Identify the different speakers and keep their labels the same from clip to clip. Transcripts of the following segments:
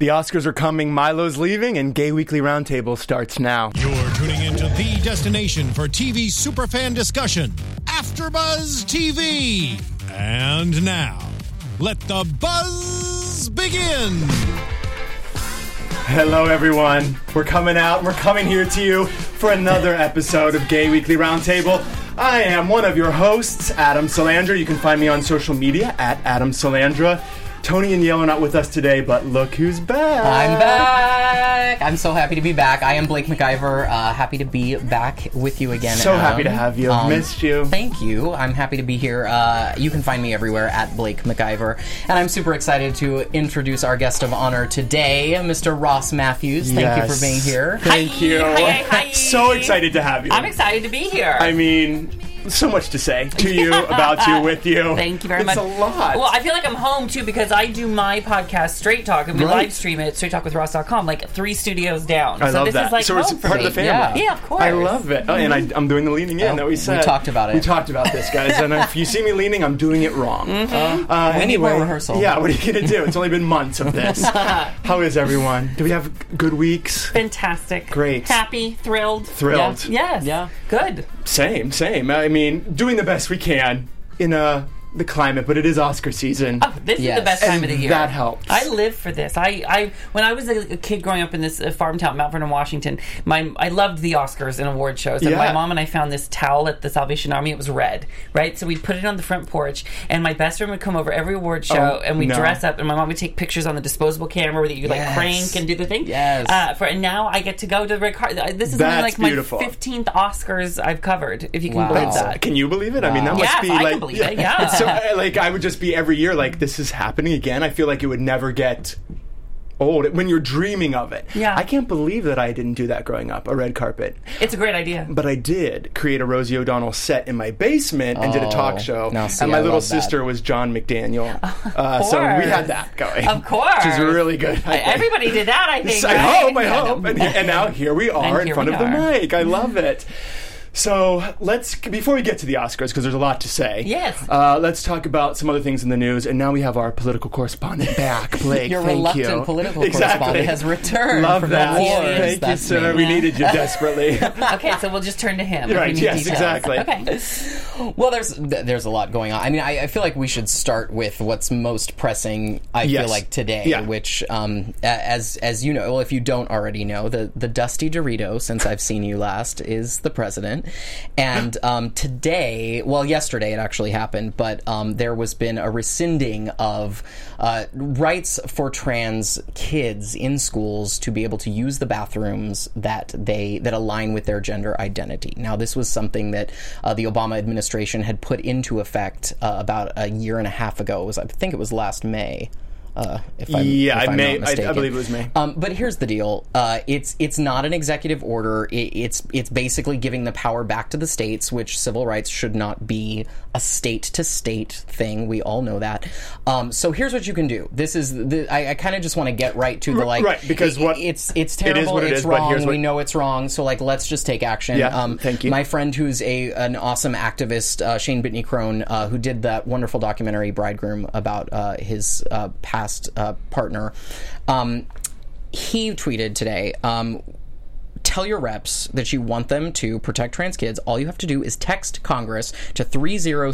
Speaker 1: The Oscars are coming, Milo's leaving, and Gay Weekly Roundtable starts now.
Speaker 2: You're tuning into the destination for TV superfan discussion, AfterBuzz TV. And now, let the buzz begin.
Speaker 1: Hello, everyone. We're coming out, and we're coming here to you for another episode of Gay Weekly Roundtable. I am one of your hosts, Adam Solandra. You can find me on social media at Adam Solandra. Tony and Yale are not with us today, but look who's back.
Speaker 3: I'm back. I'm so happy to be back. I am Blake McIver. Uh, happy to be back with you again.
Speaker 1: So
Speaker 3: Adam. Um,
Speaker 1: happy to have you. Missed you.
Speaker 3: Thank you. I'm happy to be here. Uh, you can find me everywhere at Blake McIver, and I'm super excited to introduce our guest of honor today, Mr. Ross Matthews. Thank you
Speaker 1: Yes.
Speaker 3: for being here.
Speaker 1: Thank
Speaker 4: Hi,
Speaker 1: you.
Speaker 4: hi, hi, hi.
Speaker 1: So excited to have you.
Speaker 4: I'm excited to be here.
Speaker 1: I mean, so much to say to you, about you, with you.
Speaker 4: Thank you very
Speaker 1: it's
Speaker 4: much.
Speaker 1: a lot.
Speaker 4: Well, I feel like I'm home too because I do my podcast Straight Talk and we
Speaker 1: Right.
Speaker 4: live stream it Straight Talk with Ross.com, like three studios down.
Speaker 1: I
Speaker 4: so
Speaker 1: love
Speaker 4: this
Speaker 1: that.
Speaker 4: is like
Speaker 1: so
Speaker 4: home
Speaker 1: it's
Speaker 4: for
Speaker 1: part
Speaker 4: me.
Speaker 1: of the family.
Speaker 3: Yeah.
Speaker 4: Yeah, of course. Oh,
Speaker 1: I love it. Oh, and I, I'm doing the leaning in that we
Speaker 3: we
Speaker 1: said.
Speaker 3: talked about it.
Speaker 1: We talked about this, guys. and if you see me leaning, I'm doing it wrong.
Speaker 4: Mm-hmm.
Speaker 1: Uh,
Speaker 3: We need
Speaker 1: anyway,
Speaker 3: more
Speaker 4: Oh.
Speaker 3: rehearsal.
Speaker 1: Yeah, what are you going to do? It's only been months of this. How is everyone? Do we have good weeks?
Speaker 4: Fantastic.
Speaker 1: Great.
Speaker 4: Happy, thrilled.
Speaker 1: Thrilled.
Speaker 4: Yes.
Speaker 3: Yeah.
Speaker 4: Good.
Speaker 1: Same, same. I mean, doing the best we can in uh, the climate, but it is Oscar season.
Speaker 4: Oh, this is
Speaker 3: Yes.
Speaker 4: the best time of the year.
Speaker 1: That helps.
Speaker 4: I live for this. I, I when I was a, a kid growing up in this uh, farm town, Mount Vernon, Washington, my I loved the Oscars and award shows. And
Speaker 1: Yeah.
Speaker 4: my mom and I found this towel at the Salvation Army. It was red, right? So we put it on the front porch, and my best friend would come over every award show,
Speaker 1: Oh,
Speaker 4: and we
Speaker 1: no.
Speaker 4: would dress up, and my mom would take pictures on the disposable camera that you could like
Speaker 3: Yes.
Speaker 4: crank and do the thing.
Speaker 3: Yes.
Speaker 4: Uh, for and now I get to go to the red carpet. This is
Speaker 1: That's
Speaker 4: only like
Speaker 1: beautiful.
Speaker 4: my fifteenth Oscars I've covered. If you can
Speaker 3: Wow.
Speaker 4: believe
Speaker 3: That's-
Speaker 4: that.
Speaker 1: uh, Can you believe it? I mean, that
Speaker 4: Yes,
Speaker 1: must be
Speaker 4: I can
Speaker 1: like,
Speaker 4: believe it, yeah.
Speaker 1: It's so uh, like I would just be every year like this is happening again. I feel like it would never get old when you're dreaming of it.
Speaker 4: Yeah.
Speaker 1: I can't believe that I didn't do that growing up, a red carpet.
Speaker 4: It's a great idea.
Speaker 1: But I did create a Rosie O'Donnell set in my basement and did a talk
Speaker 3: Oh,
Speaker 1: show.
Speaker 3: now see,
Speaker 1: and my
Speaker 3: I
Speaker 1: little
Speaker 3: love that.
Speaker 1: sister was John McDaniel, uh, so we had
Speaker 4: course.
Speaker 1: that going.
Speaker 4: Of course.
Speaker 1: which is really good. I think.
Speaker 4: Everybody did that, I think.
Speaker 1: I
Speaker 4: right?
Speaker 1: hope, I
Speaker 4: Yeah,
Speaker 1: hope.
Speaker 4: no.
Speaker 1: And, and now here we are in
Speaker 4: here
Speaker 1: front
Speaker 4: we
Speaker 1: of the
Speaker 4: are.
Speaker 1: mic. I love it. So let's, before we get to the Oscars, because there's a lot to say.
Speaker 4: Yes.
Speaker 1: Uh, let's talk about some other things in the news. And now we have our political correspondent back, Blake.
Speaker 3: Your
Speaker 1: thank
Speaker 3: reluctant
Speaker 1: you.
Speaker 3: political
Speaker 1: exactly.
Speaker 3: correspondent has returned.
Speaker 1: Love
Speaker 3: from
Speaker 1: that.
Speaker 3: the wars.
Speaker 1: Thank you,
Speaker 3: That's
Speaker 1: sir.
Speaker 3: me.
Speaker 1: We needed you desperately.
Speaker 4: okay, so we'll just turn to him. if we
Speaker 1: right.
Speaker 4: need
Speaker 1: Yes.
Speaker 4: details.
Speaker 1: Exactly.
Speaker 4: Okay.
Speaker 3: Well, there's th- there's a lot going on. I mean, I, I feel like we should start with what's most pressing. I
Speaker 1: Yes.
Speaker 3: feel like today,
Speaker 1: Yeah.
Speaker 3: which um, a- as as you know, well, if you don't already know, the the dusty Dorito since I've seen you last is the president, and um, today, well, yesterday it actually happened, but um, there was been a rescinding of uh, rights for trans kids in schools to be able to use the bathrooms that they that align with their gender identity. Now, this was something that uh, the Obama administration had put into effect uh, about a year and a half ago. It was I think it was last May. Uh, if I'm,
Speaker 1: Yeah,
Speaker 3: if
Speaker 1: I
Speaker 3: I'm
Speaker 1: may- I- I
Speaker 3: not mistaken.
Speaker 1: believe it was May.
Speaker 3: Um, but here's the deal: uh, it's it's not an executive order. It, it's it's basically giving the power back to the states, which civil rights should not be a state to state thing. We all know that. Um, so here's what you can do. This is the, I, I kind of just want to get right to the like
Speaker 1: right, because
Speaker 3: i-
Speaker 1: what-
Speaker 3: it's it's
Speaker 1: it is
Speaker 3: terrible.
Speaker 1: what it
Speaker 3: it's
Speaker 1: is, but
Speaker 3: wrong.
Speaker 1: here's what-
Speaker 3: we know it's wrong. So like let's just take action. Um,
Speaker 1: Yeah, thank you.
Speaker 3: My my friend who's a an awesome activist, uh, Shane Bitney Crone, uh, who did that wonderful documentary Bridegroom about uh, his uh, past uh, partner. Um, he tweeted today. Um, Tell your reps that you want them to protect trans kids. All you have to do is text Congress to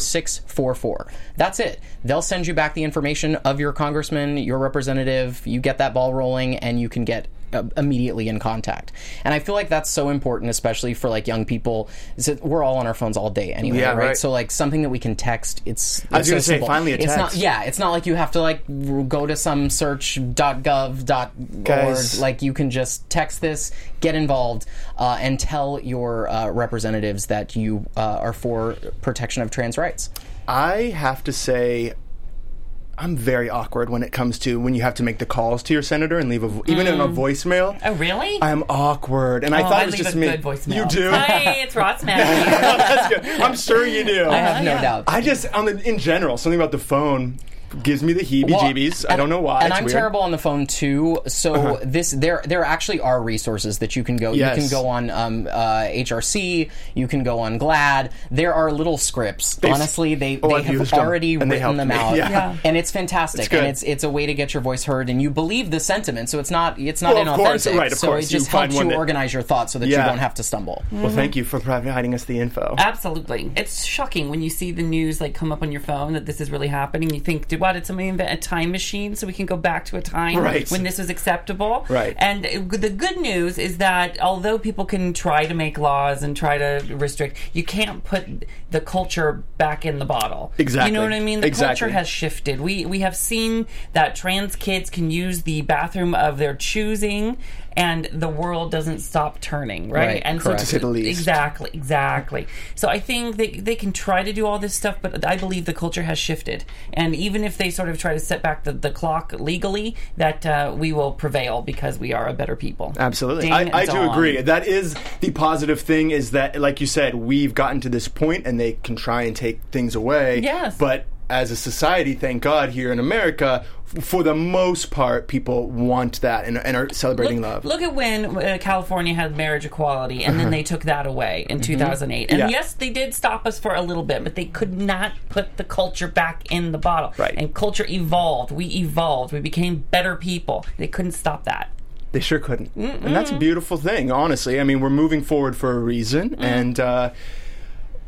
Speaker 3: 30644. That's it. They'll send you back the information of your congressman, your representative. You get that ball rolling and you can get uh, immediately in contact. And I feel like that's so important, especially for like young people. Is that we're all on our phones all day anyway,
Speaker 1: Yeah,
Speaker 3: right?
Speaker 1: right.
Speaker 3: So like something that we can text. It's,
Speaker 1: I was
Speaker 3: it's so
Speaker 1: gonna say,
Speaker 3: simple.
Speaker 1: finally a
Speaker 3: It's not,
Speaker 1: text.
Speaker 3: yeah, it's not like you have to like r- go to some
Speaker 1: Guys.
Speaker 3: search.gov.org. Like you can just text this, get involved, uh, and tell your uh, representatives that you uh, are for protection of trans rights.
Speaker 1: I have to say, I'm very awkward when it comes to when you have to make the calls to your senator and leave a, vo- even in a voicemail.
Speaker 4: Oh, really?
Speaker 1: I'm awkward, and I
Speaker 4: Oh,
Speaker 1: thought
Speaker 4: I
Speaker 1: it was
Speaker 4: leave
Speaker 1: just
Speaker 4: a
Speaker 1: me.
Speaker 4: good voicemail.
Speaker 1: You do.
Speaker 4: Hi, it's Ross Matthews.
Speaker 1: That's good. I'm sure you do.
Speaker 3: I have no doubt.
Speaker 1: I just on the, in general something about the phone. gives me the heebie-jeebies.
Speaker 3: Well,
Speaker 1: I don't know why.
Speaker 3: And
Speaker 1: it's
Speaker 3: I'm
Speaker 1: weird. Uh-huh.
Speaker 3: terrible on the phone too. So this there there actually are resources that you can go.
Speaker 1: Yes.
Speaker 3: You can go on um, uh, HRC. You can go on GLAD. There are little scripts. Honestly, they
Speaker 1: oh,
Speaker 3: they
Speaker 1: I've used
Speaker 3: have
Speaker 1: 'em,
Speaker 3: already
Speaker 1: and they
Speaker 3: written
Speaker 1: helped
Speaker 3: them
Speaker 1: me.
Speaker 3: out,
Speaker 1: Yeah. Yeah.
Speaker 3: and it's fantastic.
Speaker 1: good.
Speaker 3: and it's it's a way to get your voice heard, and you believe the sentiment. So it's not it's not
Speaker 1: Well, of
Speaker 3: inauthentic.
Speaker 1: course, right, of
Speaker 3: so
Speaker 1: course.
Speaker 3: it
Speaker 1: You
Speaker 3: just
Speaker 1: find
Speaker 3: helps
Speaker 1: one
Speaker 3: you
Speaker 1: that-
Speaker 3: organize your thoughts so that
Speaker 1: Yeah.
Speaker 3: you don't have to stumble.
Speaker 1: Well, thank you for providing us the info.
Speaker 4: Absolutely. It's shocking when you see the news like come up on your phone that this is really happening. You think, "Did- why did somebody invent a time machine so we can go back to a time
Speaker 1: Right.
Speaker 4: when this was acceptable?
Speaker 1: Right.
Speaker 4: And it- the good news is that although people can try to make laws and try to restrict, you can't put the culture back in the bottle.
Speaker 1: Exactly.
Speaker 4: You know what I mean? The
Speaker 1: Exactly.
Speaker 4: culture has shifted. We we have seen that trans kids can use the bathroom of their choosing and the world doesn't stop turning, right?
Speaker 3: Right,
Speaker 4: and
Speaker 3: correct.
Speaker 1: To say the least.
Speaker 4: Exactly, exactly. So I think they they can try to do all this stuff, but I believe the culture has shifted, and even if they sort of try to set back the, the clock legally, that uh, we will prevail because we are a better people.
Speaker 1: Absolutely,
Speaker 4: Ding
Speaker 1: I, I do
Speaker 4: dong.
Speaker 1: agree. That is the positive thing is that, like you said, we've gotten to this point, and they can try and take things away.
Speaker 4: Yes.
Speaker 1: but as a society, thank God, here in America, f- for the most part, people want that and, and are celebrating love. Mm-hmm.
Speaker 4: Look at when uh, California had marriage equality, and then they took that away in 2008. And
Speaker 1: Yeah.
Speaker 4: yes, they did stop us for a little bit, but they could not put the culture back in the bottle.
Speaker 1: Right.
Speaker 4: And culture evolved. We evolved. We became better people. They couldn't stop that.
Speaker 1: They sure couldn't, and that's a beautiful thing. Honestly, I mean, we're moving forward for a reason,
Speaker 3: Mm.
Speaker 1: and. Uh,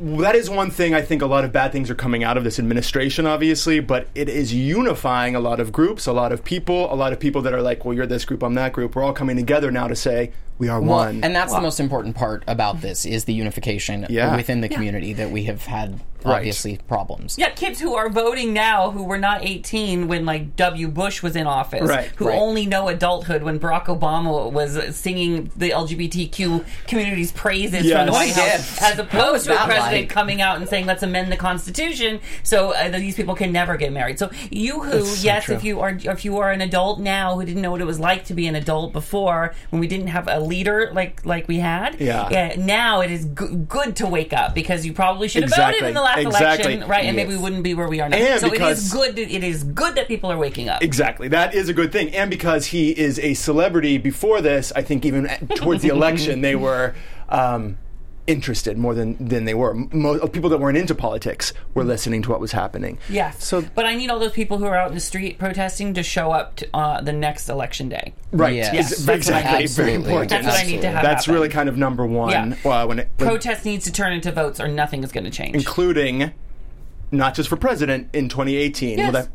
Speaker 1: that is one thing I think a lot of bad things are coming out of this administration, obviously, but it is unifying a lot of groups, a lot of people, a lot of people that are like, well, you're this group, I'm that group. We're all coming together now to say, we are
Speaker 3: Well,
Speaker 1: one.
Speaker 3: and that's the most important part about this is the unification
Speaker 1: Yeah.
Speaker 3: within the community that we have had
Speaker 1: Right.
Speaker 3: obviously problems.
Speaker 4: Yeah, kids who are voting now who were not 18 when like W. Bush was in office,
Speaker 1: Right,
Speaker 4: who
Speaker 1: right.
Speaker 4: only know adulthood when Barack Obama was singing the LGBTQ community's praises
Speaker 1: Yes.
Speaker 4: from the White
Speaker 1: What
Speaker 3: a
Speaker 4: House,
Speaker 3: gift.
Speaker 4: as opposed to a
Speaker 3: Not
Speaker 4: president
Speaker 3: like-
Speaker 4: coming out and saying let's amend the Constitution so uh, that these people can never get married. So you who,
Speaker 1: so
Speaker 4: yes,
Speaker 1: true.
Speaker 4: if you are if you are an adult now who didn't know what it was like to be an adult before when we didn't have a leader like like we had,
Speaker 1: Yeah.
Speaker 4: now it is g- good to wake up because you probably should have voted
Speaker 1: Exactly.
Speaker 4: in the last
Speaker 1: Exactly.
Speaker 4: election, right? And maybe we wouldn't be where we are now.
Speaker 1: And
Speaker 4: so it
Speaker 1: because-
Speaker 4: is good. It is good that people are waking up.
Speaker 1: Exactly. That is a good thing. And because he is a celebrity before this, I think even at- towards the election, they were. Um, interested more than than they were Mo- people that weren't into politics were listening to what was happening
Speaker 4: Yes.
Speaker 1: so
Speaker 4: but I need all those people who are out in the street protesting to show up to, uh, the next election day.
Speaker 1: right
Speaker 3: Yes.
Speaker 1: Ex-
Speaker 3: That's what I-
Speaker 1: exactly very
Speaker 3: Absolutely.
Speaker 1: important
Speaker 4: That's what I need to have.
Speaker 1: that's
Speaker 4: happen.
Speaker 1: really kind of number one
Speaker 4: Yeah.
Speaker 1: uh, when it when-
Speaker 4: Protest needs to turn into votes, or nothing is going to change.
Speaker 1: including not just for president in 2018.
Speaker 4: Yes.
Speaker 1: Well, that,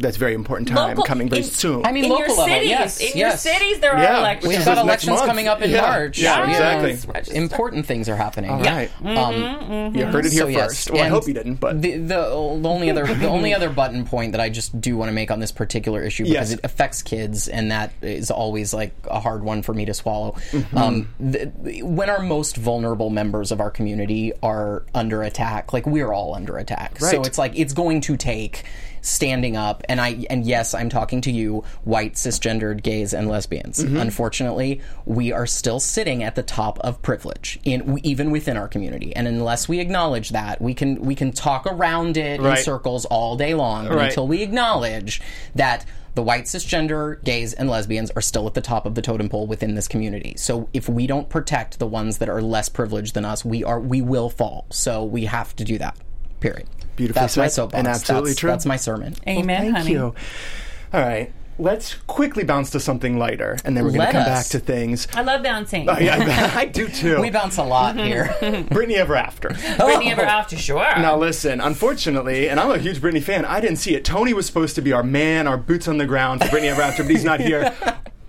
Speaker 1: that's a very important time
Speaker 4: Local-
Speaker 1: coming very
Speaker 4: in-
Speaker 1: soon.
Speaker 3: I mean,
Speaker 4: in
Speaker 3: local
Speaker 4: your
Speaker 3: level,
Speaker 4: cities,
Speaker 3: yes,
Speaker 4: in
Speaker 3: yes.
Speaker 4: your cities, there
Speaker 1: Yeah,
Speaker 4: are elections.
Speaker 1: which
Speaker 3: We've
Speaker 1: is
Speaker 3: got
Speaker 1: next
Speaker 3: elections
Speaker 1: month.
Speaker 3: coming up in
Speaker 1: Yeah.
Speaker 3: March.
Speaker 1: Yeah, exactly.
Speaker 4: Yes, register.
Speaker 3: Important things are happening.
Speaker 1: All right.
Speaker 4: Mm-hmm.
Speaker 3: Um,
Speaker 1: You heard it here
Speaker 3: so, yes,
Speaker 1: first. Well, I
Speaker 3: and
Speaker 1: hope you didn't, but
Speaker 3: the, the only other the only other button point that I just do want to make on this particular issue because
Speaker 1: Yes.
Speaker 3: it affects kids and that is always like a hard one for me to swallow.
Speaker 1: Mm-hmm.
Speaker 3: Um, th- when our most vulnerable members of our community are under attack, like we're all under attack, so
Speaker 1: Right.
Speaker 3: it's like it's going to take standing up and I and yes, I'm talking to you, white cisgendered gays and lesbians.
Speaker 1: Mm-hmm.
Speaker 3: Unfortunately, we are still sitting at the top of privilege in even within our community, and unless we acknowledge that, we can we can talk around it
Speaker 1: Right.
Speaker 3: in circles all day long but
Speaker 1: Right.
Speaker 3: until we acknowledge that. The white cisgender, gays, and lesbians are still at the top of the totem pole within this community. So if we don't protect the ones that are less privileged than us, we are we will fall. So we have to do that. Period.
Speaker 1: Beautifully
Speaker 3: That's my
Speaker 1: said,
Speaker 3: soapbox.
Speaker 1: and absolutely
Speaker 3: that's,
Speaker 1: true.
Speaker 3: That's my sermon.
Speaker 4: Amen,
Speaker 1: thank
Speaker 4: honey.
Speaker 1: you. All right, let's quickly bounce to something lighter, and then we're going to
Speaker 3: Let
Speaker 1: come
Speaker 3: us.
Speaker 1: back to things.
Speaker 4: I love bouncing.
Speaker 1: Oh, yeah, I do too.
Speaker 3: We bounce a lot
Speaker 4: Mm-hmm.
Speaker 3: here.
Speaker 1: Brittany Ever After.
Speaker 4: Brittany ever after, sure.
Speaker 1: Now listen, unfortunately, and I'm a huge Britney fan. I didn't see it. Tony was supposed to be our man, our boots on the ground for Britney Ever After, but he's not here.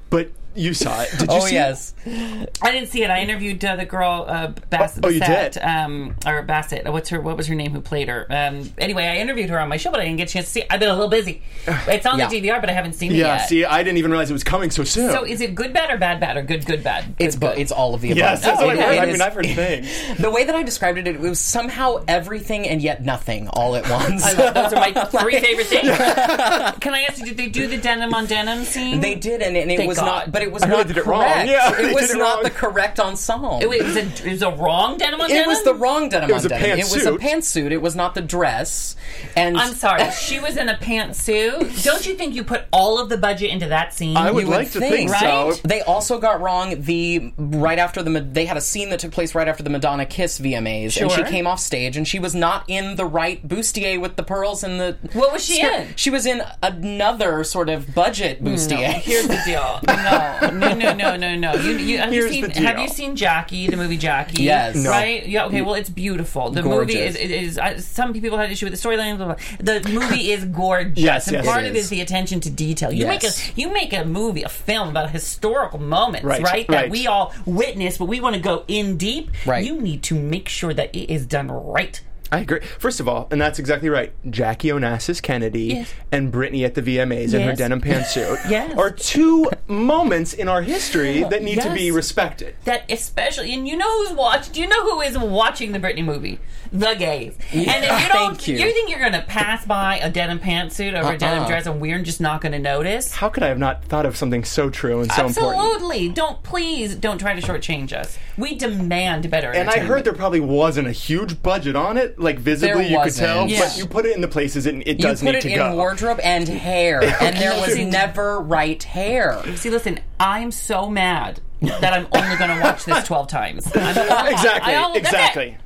Speaker 1: But you saw it. Did you
Speaker 3: oh
Speaker 1: see it?
Speaker 3: yes,
Speaker 4: I didn't see it. I interviewed uh, the girl uh, Bassett.
Speaker 1: Oh, oh, you
Speaker 4: Bassett,
Speaker 1: did?
Speaker 4: Um, or Bassett. What's her? What was her name? Who played her? Um, anyway, I interviewed her on my show, but I didn't get a chance to see. it. I've been a little busy. It's on
Speaker 3: Yeah.
Speaker 4: the DVR, but I haven't seen it
Speaker 1: Yeah.
Speaker 4: yet.
Speaker 1: See, oh. I didn't even realize it was coming so soon.
Speaker 4: so is it good, bad, or bad, bad, or good, good, bad?
Speaker 3: it's but it's all of the above.
Speaker 1: Yes, that's what
Speaker 3: Oh, It-
Speaker 1: I heard.
Speaker 3: it
Speaker 1: I
Speaker 3: is-
Speaker 1: mean, I've heard things.
Speaker 3: the way that I described it, it was somehow everything and yet nothing all at once.
Speaker 4: I love- those are my three favorite things. Can I ask you? Did they do the denim on denim scene?
Speaker 3: They did, and, and it
Speaker 4: Thank
Speaker 3: was
Speaker 4: God.
Speaker 3: not. But it it was
Speaker 1: I really
Speaker 3: not
Speaker 1: did it wrong.
Speaker 3: correct.
Speaker 1: Yeah, I
Speaker 3: it was
Speaker 1: did it
Speaker 3: not
Speaker 1: wrong.
Speaker 3: the correct ensemble.
Speaker 4: Wait, was it, it was a wrong denim on
Speaker 3: It
Speaker 4: denim?
Speaker 3: was the wrong denim
Speaker 1: It was
Speaker 3: on
Speaker 1: a
Speaker 3: denim. It was a
Speaker 1: pantsuit.
Speaker 3: pantsuit. It was not the dress. And
Speaker 4: I'm sorry. She was in a pantsuit. Don't you think you put all of the budget into that scene?
Speaker 1: I would
Speaker 3: would
Speaker 1: like to think,
Speaker 3: think,
Speaker 1: so.
Speaker 4: right?
Speaker 3: They also got wrong the right after the they had a scene that took place right after the Madonna Kiss VMAs, and she
Speaker 4: Sure.
Speaker 3: came off stage and she was not in the right bustier with the pearls and the.
Speaker 4: What was she
Speaker 3: Scar-
Speaker 4: in?
Speaker 3: She was in another sort of budget bustier.
Speaker 4: Here's the deal. No, no, no, no, no, no. You, you, have, you
Speaker 1: Here's
Speaker 4: seen,
Speaker 1: the deal.
Speaker 4: have you seen Jackie, the movie Jackie?
Speaker 3: Yes. No.
Speaker 4: Right? Yeah. Okay. Well, it's beautiful. The movie
Speaker 3: Gorgeous.
Speaker 4: is. It is I, some people had issue with the storyline. blah, blah, blah. The movie is gorgeous.
Speaker 1: Yes,
Speaker 4: And
Speaker 1: yes,
Speaker 4: part
Speaker 3: it
Speaker 4: of
Speaker 3: is.
Speaker 4: it is the attention to detail. You
Speaker 3: Yes.
Speaker 4: make a you make a movie, a film about historical moments,
Speaker 1: Right,
Speaker 4: right?
Speaker 1: right.
Speaker 4: That we all witness, but we want to go in deep.
Speaker 3: Right.
Speaker 4: You need to make sure that it is done right.
Speaker 1: I agree. First of all, and that's exactly right. Jackie Onassis Kennedy
Speaker 4: Yes.
Speaker 1: and Britney at the VMAs in her
Speaker 4: Yes.
Speaker 1: denim pantsuit
Speaker 4: Yes.
Speaker 1: are two moments in our history that need to be
Speaker 4: Yes.
Speaker 1: respected.
Speaker 4: that especially and you know who's watched you know who is watching the Britney movie the gays and if you don't
Speaker 3: Thank you.
Speaker 4: think you're gonna pass by a denim pantsuit over a denim
Speaker 1: Uh-uh.
Speaker 4: dress and we're just not gonna notice
Speaker 1: How could I have not thought of something so true and so important?
Speaker 4: absolutely don't please don't try to shortchange us we demand better
Speaker 1: And I heard there probably wasn't a huge budget on it, like visibly
Speaker 3: There
Speaker 1: you could tell,
Speaker 3: wasn't.
Speaker 1: but
Speaker 4: Yeah.
Speaker 1: you put it in the places it, it
Speaker 3: You
Speaker 1: does
Speaker 3: put
Speaker 1: need
Speaker 3: it
Speaker 1: to
Speaker 3: in
Speaker 1: go.
Speaker 3: wardrobe and hair, and there was
Speaker 4: Okay.
Speaker 3: never right hair.
Speaker 4: see listen I'm so mad that I'm only gonna watch this 12 times I'm gonna-
Speaker 1: exactly,
Speaker 4: I all- that's it.
Speaker 1: exactly.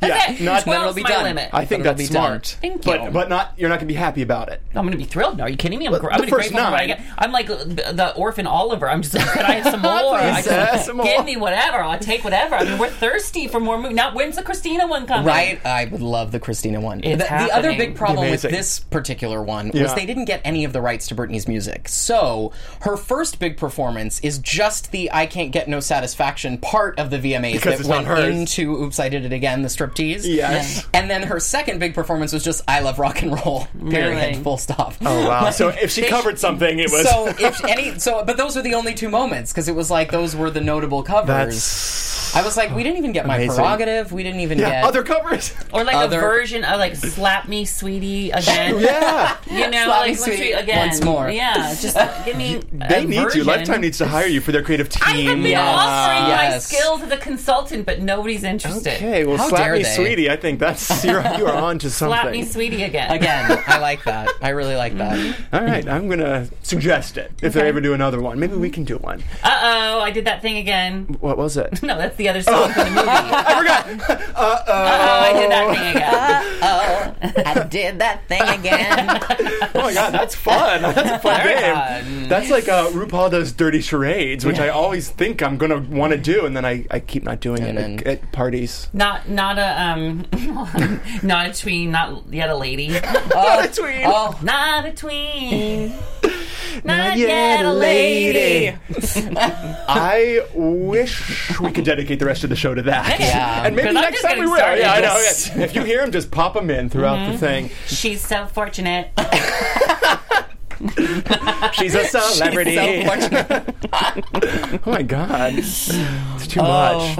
Speaker 4: That's it.
Speaker 1: yeah, not.
Speaker 4: Twelve
Speaker 3: it'll be
Speaker 4: is my
Speaker 3: done.
Speaker 4: limit.
Speaker 1: I think
Speaker 3: It'll
Speaker 1: that's
Speaker 3: be done.
Speaker 1: smart,
Speaker 4: Thank you.
Speaker 1: but but not. You're not going to be happy about it.
Speaker 4: I'm gonna be thrilled. Now, are you kidding me? I'm, gr- I'm
Speaker 1: the
Speaker 4: gonna be
Speaker 1: first
Speaker 4: grateful for what I
Speaker 1: nine.
Speaker 4: get. I'm like uh, the orphan Oliver. I'm just like, could I have some more? I
Speaker 1: Please, uh, some more.
Speaker 4: Give me whatever. I'll take whatever. I mean, we're thirsty for more movies. Now, when's the Christina one coming?
Speaker 3: Right, I would love the Christina one.
Speaker 4: It's
Speaker 3: the, the other
Speaker 4: happening.
Speaker 3: big problem with
Speaker 1: Amazing.
Speaker 3: this particular one
Speaker 1: Yeah.
Speaker 3: was they didn't get any of the rights to Britney's music. So her first big performance is just the "I Can't Get No Satisfaction" part of the VMAs
Speaker 1: Because
Speaker 3: that
Speaker 1: it's
Speaker 3: went
Speaker 1: not hers.
Speaker 3: into "Oops, I Did It Again," the striptease.
Speaker 1: Yes.
Speaker 3: and then her second big performance was just "I Love Rock and Roll." Period.
Speaker 4: Really?
Speaker 3: Full stop.
Speaker 1: Oh, Wow. So if she covered something, it was
Speaker 3: So if any, so but those were the only two moments because it was like those were the notable covers.
Speaker 1: that's
Speaker 3: I was like, we didn't even get my
Speaker 1: Amazing.
Speaker 3: prerogative. We didn't even
Speaker 1: yeah,
Speaker 3: get
Speaker 1: other covers.
Speaker 4: Or like
Speaker 3: Other-
Speaker 4: a version of like "Slap Me, Sweetie" again.
Speaker 1: yeah,
Speaker 4: You know,
Speaker 3: Slap
Speaker 4: like
Speaker 3: me,
Speaker 4: once
Speaker 3: sweetie,
Speaker 4: you- again.
Speaker 3: once more.
Speaker 4: Yeah, just give me.
Speaker 1: they
Speaker 4: a
Speaker 1: need
Speaker 4: version.
Speaker 1: you. Lifetime needs to hire you for their creative team.
Speaker 4: I have been
Speaker 1: Uh,
Speaker 4: offering my
Speaker 3: Yes.
Speaker 4: skills as a consultant, but nobody's interested.
Speaker 1: Okay, well,
Speaker 3: How
Speaker 1: slap
Speaker 3: dare
Speaker 1: me,
Speaker 3: they.
Speaker 1: sweetie. I think that's you're you are on to something.
Speaker 4: Slap me, sweetie, again.
Speaker 3: again. I like that. I really like that.
Speaker 1: All right, I'm gonna suggest it if they ever do another one. Maybe we can do one.
Speaker 4: Uh oh, I did that thing again.
Speaker 1: What was it?
Speaker 4: No, that's the other song from the movie.
Speaker 1: I forgot.
Speaker 4: Oh, I did that thing again.
Speaker 3: Oh, I did that thing again.
Speaker 1: Oh my god, that's fun. That's a fun
Speaker 4: Very
Speaker 1: game.
Speaker 4: fun.
Speaker 1: That's like uh, RuPaul does dirty charades, which I always think I'm gonna want to do, and then I, I keep not doing it
Speaker 3: And
Speaker 1: at, at parties.
Speaker 4: Not not a um not a tween, not yet a lady.
Speaker 1: Not a tween.
Speaker 3: Oh,
Speaker 4: Not a tween. Not,
Speaker 1: yet
Speaker 4: yet,
Speaker 1: a
Speaker 4: a lady.
Speaker 1: lady. I wish we could dedicate the rest of the show to that.
Speaker 3: Yeah.
Speaker 1: and maybe
Speaker 4: 'Cause I'm
Speaker 1: next
Speaker 4: just
Speaker 1: time we
Speaker 4: getting
Speaker 1: will.
Speaker 4: started.
Speaker 1: Yeah, I know.
Speaker 3: Yes.
Speaker 1: yeah. If you hear him, just pop him in throughout the thing.
Speaker 4: She's so fortunate.
Speaker 1: She's a celebrity.
Speaker 3: so fortunate.
Speaker 1: Oh my god. It's too much.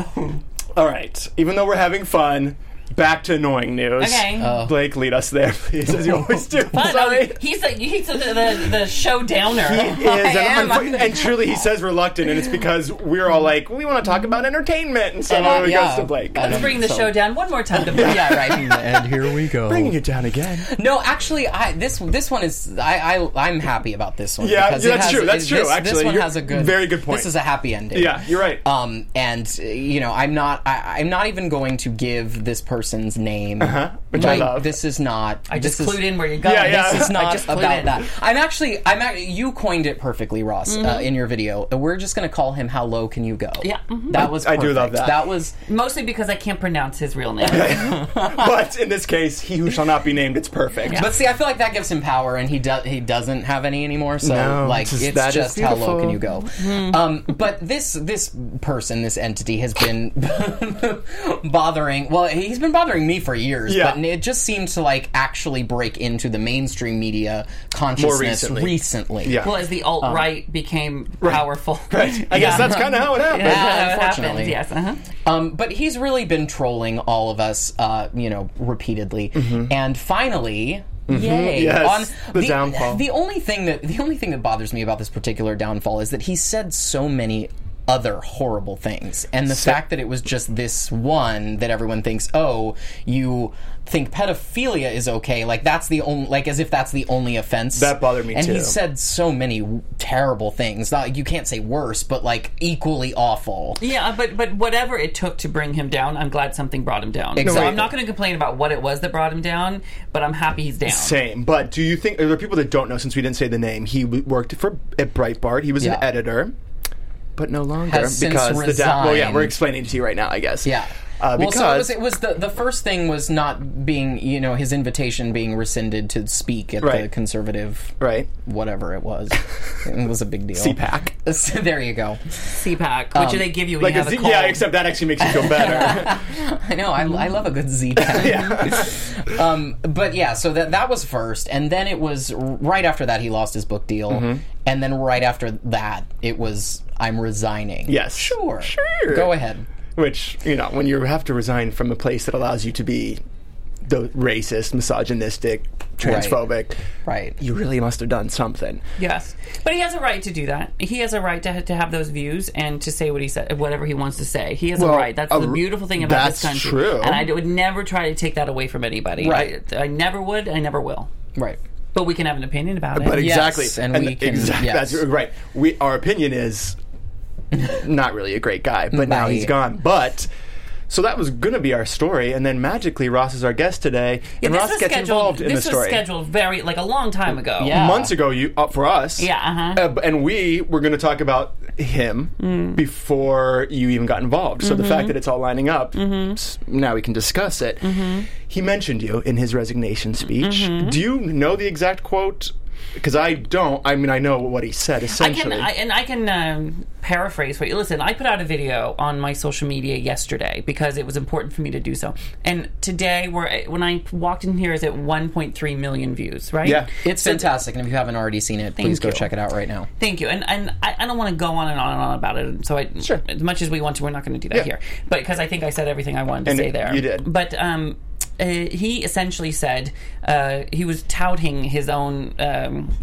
Speaker 1: All right. Even though we're having fun, back to annoying news.
Speaker 4: Okay. Oh.
Speaker 1: Blake, lead us there, please, as you always do.
Speaker 4: But, um,
Speaker 1: Sorry.
Speaker 4: he's a, he's a, the the show downer.
Speaker 1: He is, and,
Speaker 3: am.
Speaker 1: unfo- and truly, he says reluctant, and it's because we're all like, we want to talk about entertainment, and so
Speaker 3: Yeah.
Speaker 1: it goes
Speaker 3: Yeah.
Speaker 1: to Blake.
Speaker 3: I
Speaker 4: Let's bring the
Speaker 3: So-
Speaker 4: show down one more time. To Blake.
Speaker 3: yeah, right.
Speaker 2: And here we go.
Speaker 1: Bringing it down again.
Speaker 3: No, actually, I this this one is I, I I'm happy about this one.
Speaker 1: Yeah,
Speaker 3: because
Speaker 1: yeah,
Speaker 3: it
Speaker 1: that's
Speaker 3: has-
Speaker 1: true, that's
Speaker 3: it-
Speaker 1: true,
Speaker 3: This,
Speaker 1: actually.
Speaker 3: this one
Speaker 1: You're-
Speaker 3: has a good,
Speaker 1: very good point.
Speaker 3: This is a happy ending.
Speaker 1: Yeah, you're right.
Speaker 3: Um, and uh, you know, I'm not. I, I'm not even going to give this person's name. Uh-huh,
Speaker 1: which I love.
Speaker 3: This is not.
Speaker 4: I just
Speaker 3: this is,
Speaker 4: clued in where you're going.
Speaker 1: Yeah, yeah.
Speaker 3: This is
Speaker 1: I
Speaker 3: not
Speaker 4: just clued
Speaker 3: about
Speaker 4: in.
Speaker 3: that. I'm actually. I'm. act- You coined it perfectly, Ross, uh, in your video. We're just going to call him. How low can you go?
Speaker 4: Yeah, mhm.
Speaker 3: That was.
Speaker 1: I do love that.
Speaker 3: perfect. That was.
Speaker 4: Mostly because I can't pronounce his real name.
Speaker 1: but in this case, he who shall not be named, it's perfect.
Speaker 3: But see, I feel like that gives him power, and he does. He doesn't have any anymore. So,
Speaker 1: No,
Speaker 3: like,
Speaker 1: it's-
Speaker 3: it's
Speaker 1: that is
Speaker 3: just how low
Speaker 1: beautiful.
Speaker 3: can you go? Um, but this this person, this entity, has been bothering. Well, he's been bothering me for years.
Speaker 1: Yeah.
Speaker 3: But it just seemed to like actually break into the mainstream media consciousness
Speaker 1: recently.
Speaker 3: recently.
Speaker 1: Yeah.
Speaker 4: well, as the alt right became powerful.
Speaker 1: I guess that's kind of how it happened.
Speaker 4: yeah, that's how it
Speaker 3: Unfortunately.
Speaker 4: happened. Yes. Uh-huh.
Speaker 3: Um, but he's really been trolling all of us, uh, you know, repeatedly. And finally, Yay!
Speaker 1: Mm-hmm. yes, the downfall.
Speaker 3: The only thing that the only thing that bothers me about this particular downfall is that he said so many other horrible things, and the fact that it was just this one that everyone thinks, oh, you think pedophilia is okay? Like that's the only like as if that's the only offense.
Speaker 1: That bothered me
Speaker 3: And
Speaker 1: too.
Speaker 3: he said so many w- terrible things. Not, you can't say worse, but like equally awful.
Speaker 4: Yeah, uh, but but whatever it took to bring him down, I'm glad something brought him down. So
Speaker 3: Exactly.
Speaker 4: I'm not going to complain about what it was that brought him down, but I'm happy he's down.
Speaker 1: Same, but do you think are there people that don't know? Since we didn't say the name, he w- worked for at Breitbart. He was
Speaker 3: Yeah.
Speaker 1: an editor, but no longer
Speaker 3: Has since
Speaker 1: because the down- well, yeah,
Speaker 3: resigned.
Speaker 1: we're explaining to you right now, I guess.
Speaker 3: Yeah.
Speaker 1: uh,
Speaker 3: well,
Speaker 1: because
Speaker 3: so it was, it was the, the first thing was not being, you know, his invitation being rescinded to speak at the
Speaker 1: Right.
Speaker 3: conservative,
Speaker 1: right,
Speaker 3: whatever it was. it was a big deal.
Speaker 1: CPAC.
Speaker 3: So there you go.
Speaker 4: CPAC, which they give you when
Speaker 1: um, Like
Speaker 4: you
Speaker 1: a
Speaker 4: have a
Speaker 1: Z-
Speaker 4: cold.
Speaker 1: yeah, except that actually makes you feel better.
Speaker 3: I know. I, I love a good Z tag. um, but yeah, so that that was first, and then it was r- right after that he lost his book deal,
Speaker 1: Mm-hmm.
Speaker 3: and then right after that it was I'm resigning.
Speaker 1: Yes.
Speaker 3: Sure.
Speaker 1: Sure.
Speaker 3: Go ahead.
Speaker 1: Which you know, when you have to resign from a place that allows you to be the racist, misogynistic, transphobic,
Speaker 3: Right.
Speaker 1: you really must have done something.
Speaker 4: Yes, but he has a right to do that. He has a right to to have those views and to say what he said, whatever he wants to say. He has a
Speaker 1: Well,
Speaker 4: right. That's
Speaker 1: a
Speaker 4: the
Speaker 1: r-
Speaker 4: beautiful thing about this
Speaker 1: that's
Speaker 4: country.
Speaker 1: true.
Speaker 4: And I d- would never try to take that away from anybody.
Speaker 3: Right.
Speaker 4: I, I never would. I never will.
Speaker 3: Right.
Speaker 4: But we can have an opinion about it.
Speaker 1: But exactly,
Speaker 3: and we can-
Speaker 1: exactly
Speaker 3: yes.
Speaker 1: that's right. We our opinion is not really a great guy, but now
Speaker 3: Right.
Speaker 1: he's gone. But so that was going to be our story, and then magically Ross is our guest today, and
Speaker 4: this
Speaker 1: Ross
Speaker 4: was
Speaker 1: gets
Speaker 4: scheduled,
Speaker 1: involved in
Speaker 4: this
Speaker 1: the story.
Speaker 4: was scheduled very like a long time ago.
Speaker 3: Yeah.
Speaker 1: Months ago, you up for us?
Speaker 4: Oh. Yeah, uh-huh. Mm.
Speaker 1: Uh, b- and we were going to talk about him before you even got involved. So the
Speaker 4: Mm-hmm.
Speaker 1: fact that it's all lining up, s- now we can discuss it.
Speaker 4: Mm-hmm.
Speaker 1: He mentioned you in his resignation speech. Do you know the exact quote? Because I don't. I mean, I know what he said
Speaker 4: I can,
Speaker 1: essentially.
Speaker 4: I, and I can um, paraphrase for you. Listen, I put out a video on my social media yesterday because it was important for me to do so. And today, we're at- when I walked in here, is at 1.3 million views, right?
Speaker 1: Yeah.
Speaker 3: It's fantastic, and if you haven't already seen it, please go
Speaker 4: you.
Speaker 3: check it out right now.
Speaker 4: Thank you. And and I, I don't want to go on and on and on about it. So I, as much as we want to, we're not going to do that
Speaker 1: Yeah.
Speaker 4: here. But because I think I said everything I wanted to
Speaker 1: And
Speaker 4: say there.
Speaker 1: you did.
Speaker 4: But um, uh, he essentially said uh, he was touting his own. Um,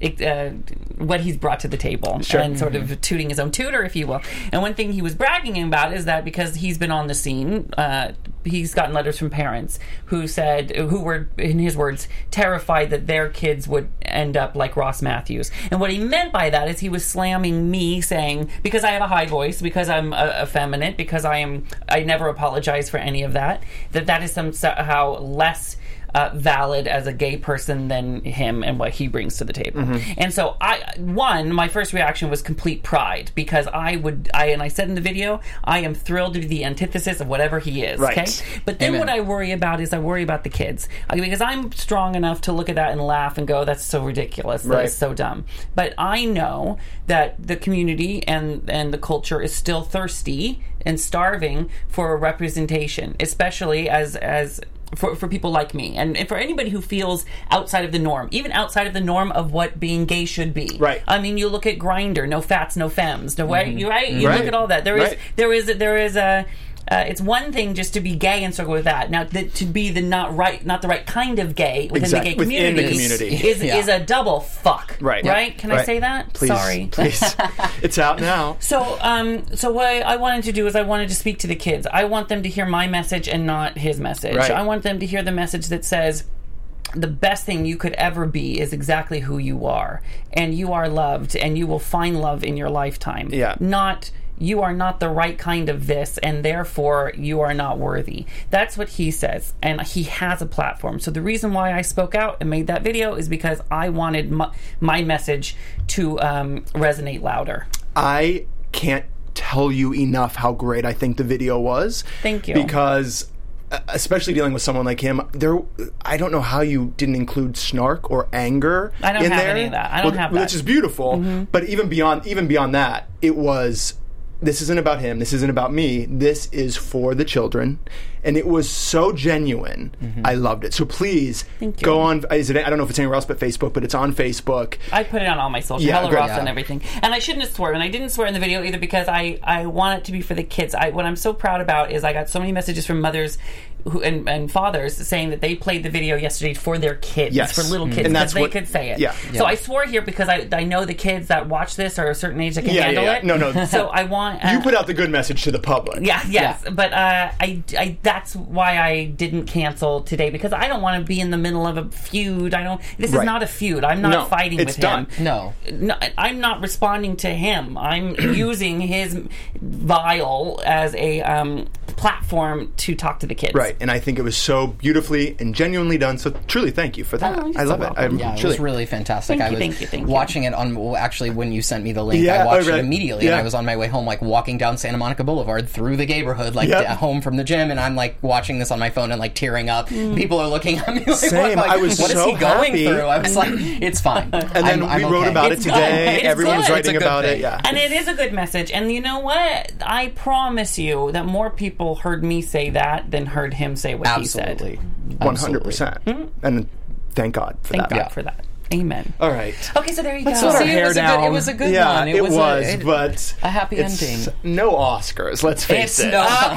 Speaker 4: ex- uh, what he's brought to the table and sort of tooting his own tutor, if you will. And one thing he was bragging about is that because he's been on the scene, uh, he's gotten letters from parents who said, who were, in his words, terrified that their kids would end up like Ross Matthews. And what he meant by that is he was slamming me, saying, because I have a high voice, because I'm uh, effeminate, because I am, I never apologize for any of that, that that is somehow less uh, valid as a gay person than him and what he brings to the table.
Speaker 1: Mm-hmm.
Speaker 4: And so I one my first reaction was complete pride because I would I and I said in the video I am thrilled to be the antithesis of whatever he is,
Speaker 1: Right.
Speaker 4: okay? But then
Speaker 3: Amen.
Speaker 4: what I worry about is I worry about the kids I- because I'm strong enough to look at that and laugh and go that's so ridiculous, that
Speaker 1: Right.
Speaker 4: is so dumb. But I know that the community and and the culture is still thirsty and starving for representation, especially as as for, for people like me and, and for anybody who feels outside of the norm, even outside of the norm of what being gay should be.
Speaker 1: Right. Mm-hmm.
Speaker 4: I mean, you look at Grinder, no fats, no femmes, no way. You right? You
Speaker 1: Right.
Speaker 4: look at all that. There is
Speaker 1: Right.
Speaker 4: there is there is a. Uh, it's one thing just to be gay and struggle with that. Now, th- to be the not right, not the right kind of gay within
Speaker 1: Exact-
Speaker 4: the gay community,
Speaker 1: within the community.
Speaker 4: is
Speaker 3: Yeah.
Speaker 4: is a double fuck.
Speaker 1: Right.
Speaker 4: Right. Can I
Speaker 1: Right.
Speaker 4: say that?
Speaker 1: Please,
Speaker 4: Sorry.
Speaker 1: please. it's out now.
Speaker 4: So, um, so what I I wanted to do is I wanted to speak to the kids. I want them to hear my message and not his message.
Speaker 1: Right.
Speaker 4: I want them to hear the message that says, the best thing you could ever be is exactly who you are, and you are loved, and you will find love in your lifetime.
Speaker 1: Yeah.
Speaker 4: Not you are not the right kind of this, and therefore you are not worthy. That's what he says, and he has a platform. So the reason why I spoke out and made that video is because I wanted my, my message to um, resonate louder.
Speaker 1: I can't tell you enough how great I think the video was.
Speaker 4: Thank you.
Speaker 1: Because uh, especially dealing with someone like him, there I don't know how you didn't include snark or anger
Speaker 4: I don't
Speaker 1: in
Speaker 4: have
Speaker 1: there.
Speaker 4: any of that. I don't
Speaker 1: Well,
Speaker 4: have
Speaker 1: Which
Speaker 4: that. Mm-hmm.
Speaker 1: is beautiful, but even beyond even beyond that, it was this isn't about him. This isn't about me. This is for the children, and it was so genuine. I loved it. So please
Speaker 4: Mm-hmm. Thank
Speaker 1: go
Speaker 4: you.
Speaker 1: on. Is it? I don't know if it's anywhere else but Facebook, but it's on Facebook.
Speaker 4: I put it on all my social,
Speaker 1: Yeah,
Speaker 4: Hello
Speaker 1: great.
Speaker 4: Ross
Speaker 1: Yeah.
Speaker 4: and everything. And I shouldn't have sworn, and I didn't swear in the video either because I, I want it to be for the kids. I what I'm so proud about is I got so many messages from mothers who, and, and fathers saying that they played the video yesterday for their kids,
Speaker 1: Yes.
Speaker 4: for little
Speaker 1: Mm.
Speaker 4: kids,
Speaker 1: And
Speaker 4: because
Speaker 1: that's
Speaker 4: they
Speaker 1: what-
Speaker 4: could say it.
Speaker 1: yeah.
Speaker 4: So I swore here because I, I know the kids that watch this are a certain age that can
Speaker 1: Yeah, yeah,
Speaker 4: handle
Speaker 1: yeah.
Speaker 4: it.
Speaker 1: No, no.
Speaker 4: So I want uh,
Speaker 1: You put out the good message to the public.
Speaker 4: Yeah, yes,
Speaker 3: Yeah.
Speaker 4: but uh, I, I that's why I didn't cancel today because I don't want to be in the middle of a feud. I don't. This
Speaker 1: Right.
Speaker 4: is not a feud. I'm not
Speaker 1: No,
Speaker 4: fighting
Speaker 1: it's
Speaker 4: with
Speaker 1: done.
Speaker 4: him.
Speaker 3: No.
Speaker 4: No, I'm not responding to him. I'm using his vile as a um, platform to talk to the kids.
Speaker 1: Right, and I think it was so beautifully and genuinely done. So truly, thank you for that.
Speaker 4: Oh, you're
Speaker 1: I
Speaker 4: so
Speaker 1: love it.
Speaker 4: welcome.
Speaker 1: I'm
Speaker 3: Yeah, it
Speaker 1: truly-
Speaker 3: was really fantastic.
Speaker 4: Thank
Speaker 3: I
Speaker 4: you,
Speaker 3: was
Speaker 4: thank you, thank you.
Speaker 3: watching it on well, actually when you sent me the link,
Speaker 1: Yeah,
Speaker 3: I watched
Speaker 1: oh, right.
Speaker 3: it immediately, and
Speaker 1: Yeah.
Speaker 3: I was on my way home, like walking down Santa Monica Boulevard through the neighborhood, like
Speaker 1: Yep.
Speaker 3: d- home from the gym, and I'm like watching this on my phone and like tearing up. People are looking at me like,
Speaker 1: Same.
Speaker 3: What, like,
Speaker 1: I was
Speaker 3: what is
Speaker 1: so
Speaker 3: he going
Speaker 1: happy.
Speaker 3: through? I was like, it's fine.
Speaker 1: And then we wrote about it
Speaker 4: It's
Speaker 1: today.
Speaker 4: good. It's
Speaker 1: Everyone's
Speaker 4: good.
Speaker 1: writing
Speaker 3: It's a good
Speaker 1: about it.
Speaker 3: thing.
Speaker 1: Yeah.
Speaker 4: And it is a good message. And you know what? I promise you that more people heard me say that than heard him say what he
Speaker 3: Absolutely.
Speaker 4: said.
Speaker 1: One hundred percent. And thank God for
Speaker 4: Thank
Speaker 1: that.
Speaker 4: God for that. Amen.
Speaker 1: All right.
Speaker 4: Okay, so there you go.
Speaker 3: So
Speaker 1: our
Speaker 3: see, it
Speaker 1: hair
Speaker 3: was, a good, it
Speaker 1: down.
Speaker 3: was a good
Speaker 1: yeah,
Speaker 3: one.
Speaker 1: it, was,
Speaker 3: a- it-
Speaker 1: but
Speaker 3: a happy
Speaker 1: it's
Speaker 3: ending.
Speaker 1: No Oscars. Let's face
Speaker 3: It's
Speaker 1: it.
Speaker 3: not.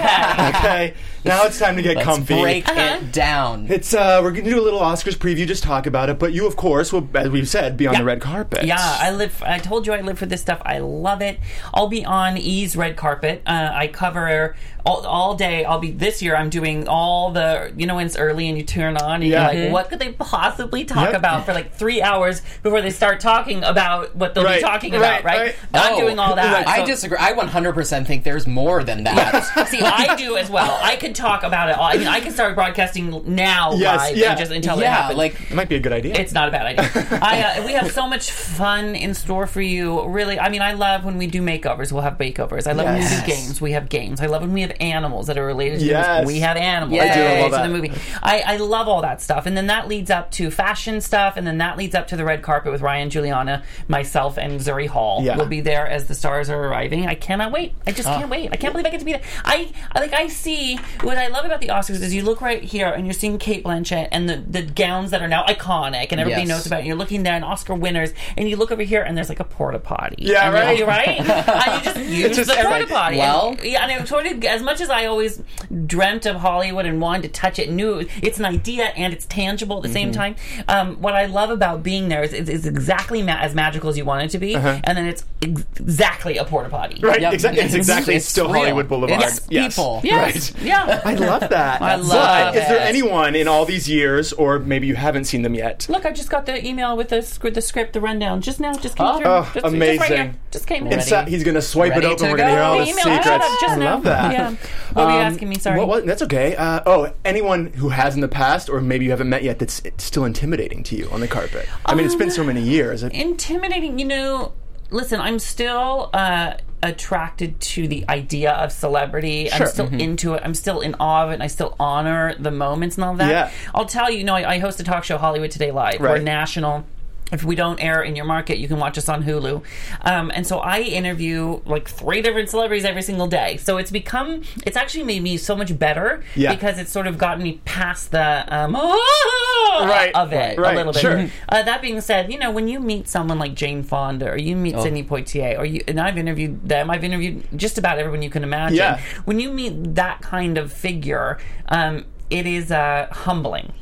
Speaker 1: okay. Now it's time to get
Speaker 3: Let's
Speaker 1: comfy.
Speaker 3: break it down.
Speaker 1: It's uh, we're gonna do a little Oscars preview, just talk about it. But you, of course, will, as we've said, be on
Speaker 4: Yeah.
Speaker 1: the red carpet.
Speaker 4: Yeah, I live. I told you I live for this stuff. I love it. I'll be on E's red carpet. Uh, I cover all, all day. I'll be this year. I'm doing all the. You know, when it's early and you turn on and
Speaker 1: Yeah.
Speaker 4: you're like,
Speaker 1: Mhm.
Speaker 4: what could they possibly talk
Speaker 1: Yep.
Speaker 4: about for like three hours before they start talking about what they'll
Speaker 1: Right,
Speaker 4: be talking
Speaker 1: right,
Speaker 4: about? Right.
Speaker 1: right.
Speaker 4: I'm
Speaker 3: Oh,
Speaker 4: doing all that.
Speaker 3: I
Speaker 4: So-
Speaker 3: disagree. I 100% think there's more than that.
Speaker 4: See, I do as well. I could talk about it all. I mean, I can start broadcasting now
Speaker 1: Yes,
Speaker 4: live
Speaker 1: yeah.
Speaker 4: and just until it
Speaker 3: yeah,
Speaker 4: happens.
Speaker 3: like
Speaker 1: it might be a good idea.
Speaker 4: It's not a bad idea. I, uh, we have so much fun in store for you. Really, I mean, I love when we do makeovers. We'll have makeovers. I love when
Speaker 1: Yes.
Speaker 4: we do games. We have games. I love when we have animals that are related to
Speaker 1: Yes.
Speaker 4: the movie. We have animals.
Speaker 3: I do
Speaker 4: related
Speaker 1: love
Speaker 4: to
Speaker 1: that.
Speaker 4: the movie. I, I love all that stuff, and then that leads up to fashion stuff, and then that leads up to the red carpet with Ryan Juliana, myself, and Zuri Hall.
Speaker 1: Yeah. Ah.
Speaker 4: We'll be there as the stars are arriving. I cannot wait. I just can't wait. I can't believe I get to be there. I I- like. I see what I love about the Oscars is you look right here and you're seeing Kate Blanchett and the the gowns that are now iconic and everybody
Speaker 3: Yes.
Speaker 4: knows about. It. You're looking there and Oscar winners, and you look over here and there's like a porta potty.
Speaker 1: Yeah,
Speaker 4: And you're-
Speaker 1: right.
Speaker 4: You're right. and you just use
Speaker 1: just
Speaker 4: the porta
Speaker 1: like,
Speaker 4: potty.
Speaker 3: well.
Speaker 4: And- yeah, and I'm sort of as much as I always dreamt of Hollywood and wanted to touch it, knew it- it's an idea and it's tangible at the
Speaker 1: Mm-hmm.
Speaker 4: same time. Um, what I love about being there is it's, it's exactly ma- as magical as you want it to be, and then it's ex- exactly a porta potty.
Speaker 1: Uh-huh. right.
Speaker 3: Yep.
Speaker 1: Exactly. It's,
Speaker 3: It's-
Speaker 1: exactly
Speaker 3: it's
Speaker 1: still
Speaker 3: real.
Speaker 1: Hollywood Boulevard.
Speaker 3: It's
Speaker 1: yes.
Speaker 3: people.
Speaker 4: Yes.
Speaker 1: Right.
Speaker 4: Yeah.
Speaker 1: I love that.
Speaker 4: I love
Speaker 1: But is there
Speaker 3: it.
Speaker 1: anyone in all these years, or maybe you haven't seen them yet?
Speaker 4: Look, I just got the email with the script, the script, the rundown just now. Just came
Speaker 3: Oh.
Speaker 4: through.
Speaker 1: Oh,
Speaker 4: just, Just, right
Speaker 1: amazing.
Speaker 4: here. Just came in.
Speaker 1: It's, uh, he's gonna swipe
Speaker 3: Ready
Speaker 1: it open.
Speaker 3: to
Speaker 1: We're gonna hear
Speaker 3: go.
Speaker 1: all
Speaker 4: Oh,
Speaker 1: the
Speaker 4: the email. I
Speaker 1: secrets.
Speaker 4: got it just
Speaker 1: I
Speaker 4: now.
Speaker 1: love that.
Speaker 4: Yeah. What were you
Speaker 1: Um,
Speaker 4: asking me? Sorry.
Speaker 1: Well, well, that's okay. Uh, oh, anyone who has in the past, or maybe you haven't met yet, that's it's still intimidating to you on the carpet. I mean, it's been so
Speaker 4: Um,
Speaker 1: many years. It-
Speaker 4: intimidating. You know, listen, I'm still uh, attracted to the idea of celebrity.
Speaker 1: Sure. Mm-hmm.
Speaker 4: I'm still into it. I'm still in awe of it, and I still honor the moments and all that.
Speaker 1: Yeah.
Speaker 4: I'll tell you, you know, I, I host a talk show, Hollywood Today Live.
Speaker 1: Right.
Speaker 4: We're national. If we don't air in your market, you can watch us on Hulu. Um, and so I interview like three different celebrities every single day. So it's become, it's actually made me so much better
Speaker 1: Yeah.
Speaker 4: because it's sort of gotten me past the um, "Ah!"
Speaker 1: Right.
Speaker 4: of it
Speaker 1: Right.
Speaker 4: a little bit.
Speaker 1: Sure.
Speaker 4: Uh, that being said, you know when you meet someone like Jane Fonda or you
Speaker 1: Oh.
Speaker 4: meet Sidney Poitier or you and I've interviewed them, I've interviewed just about everyone you can imagine.
Speaker 1: Yeah.
Speaker 4: When you meet that kind of figure, um, it is uh, humbling.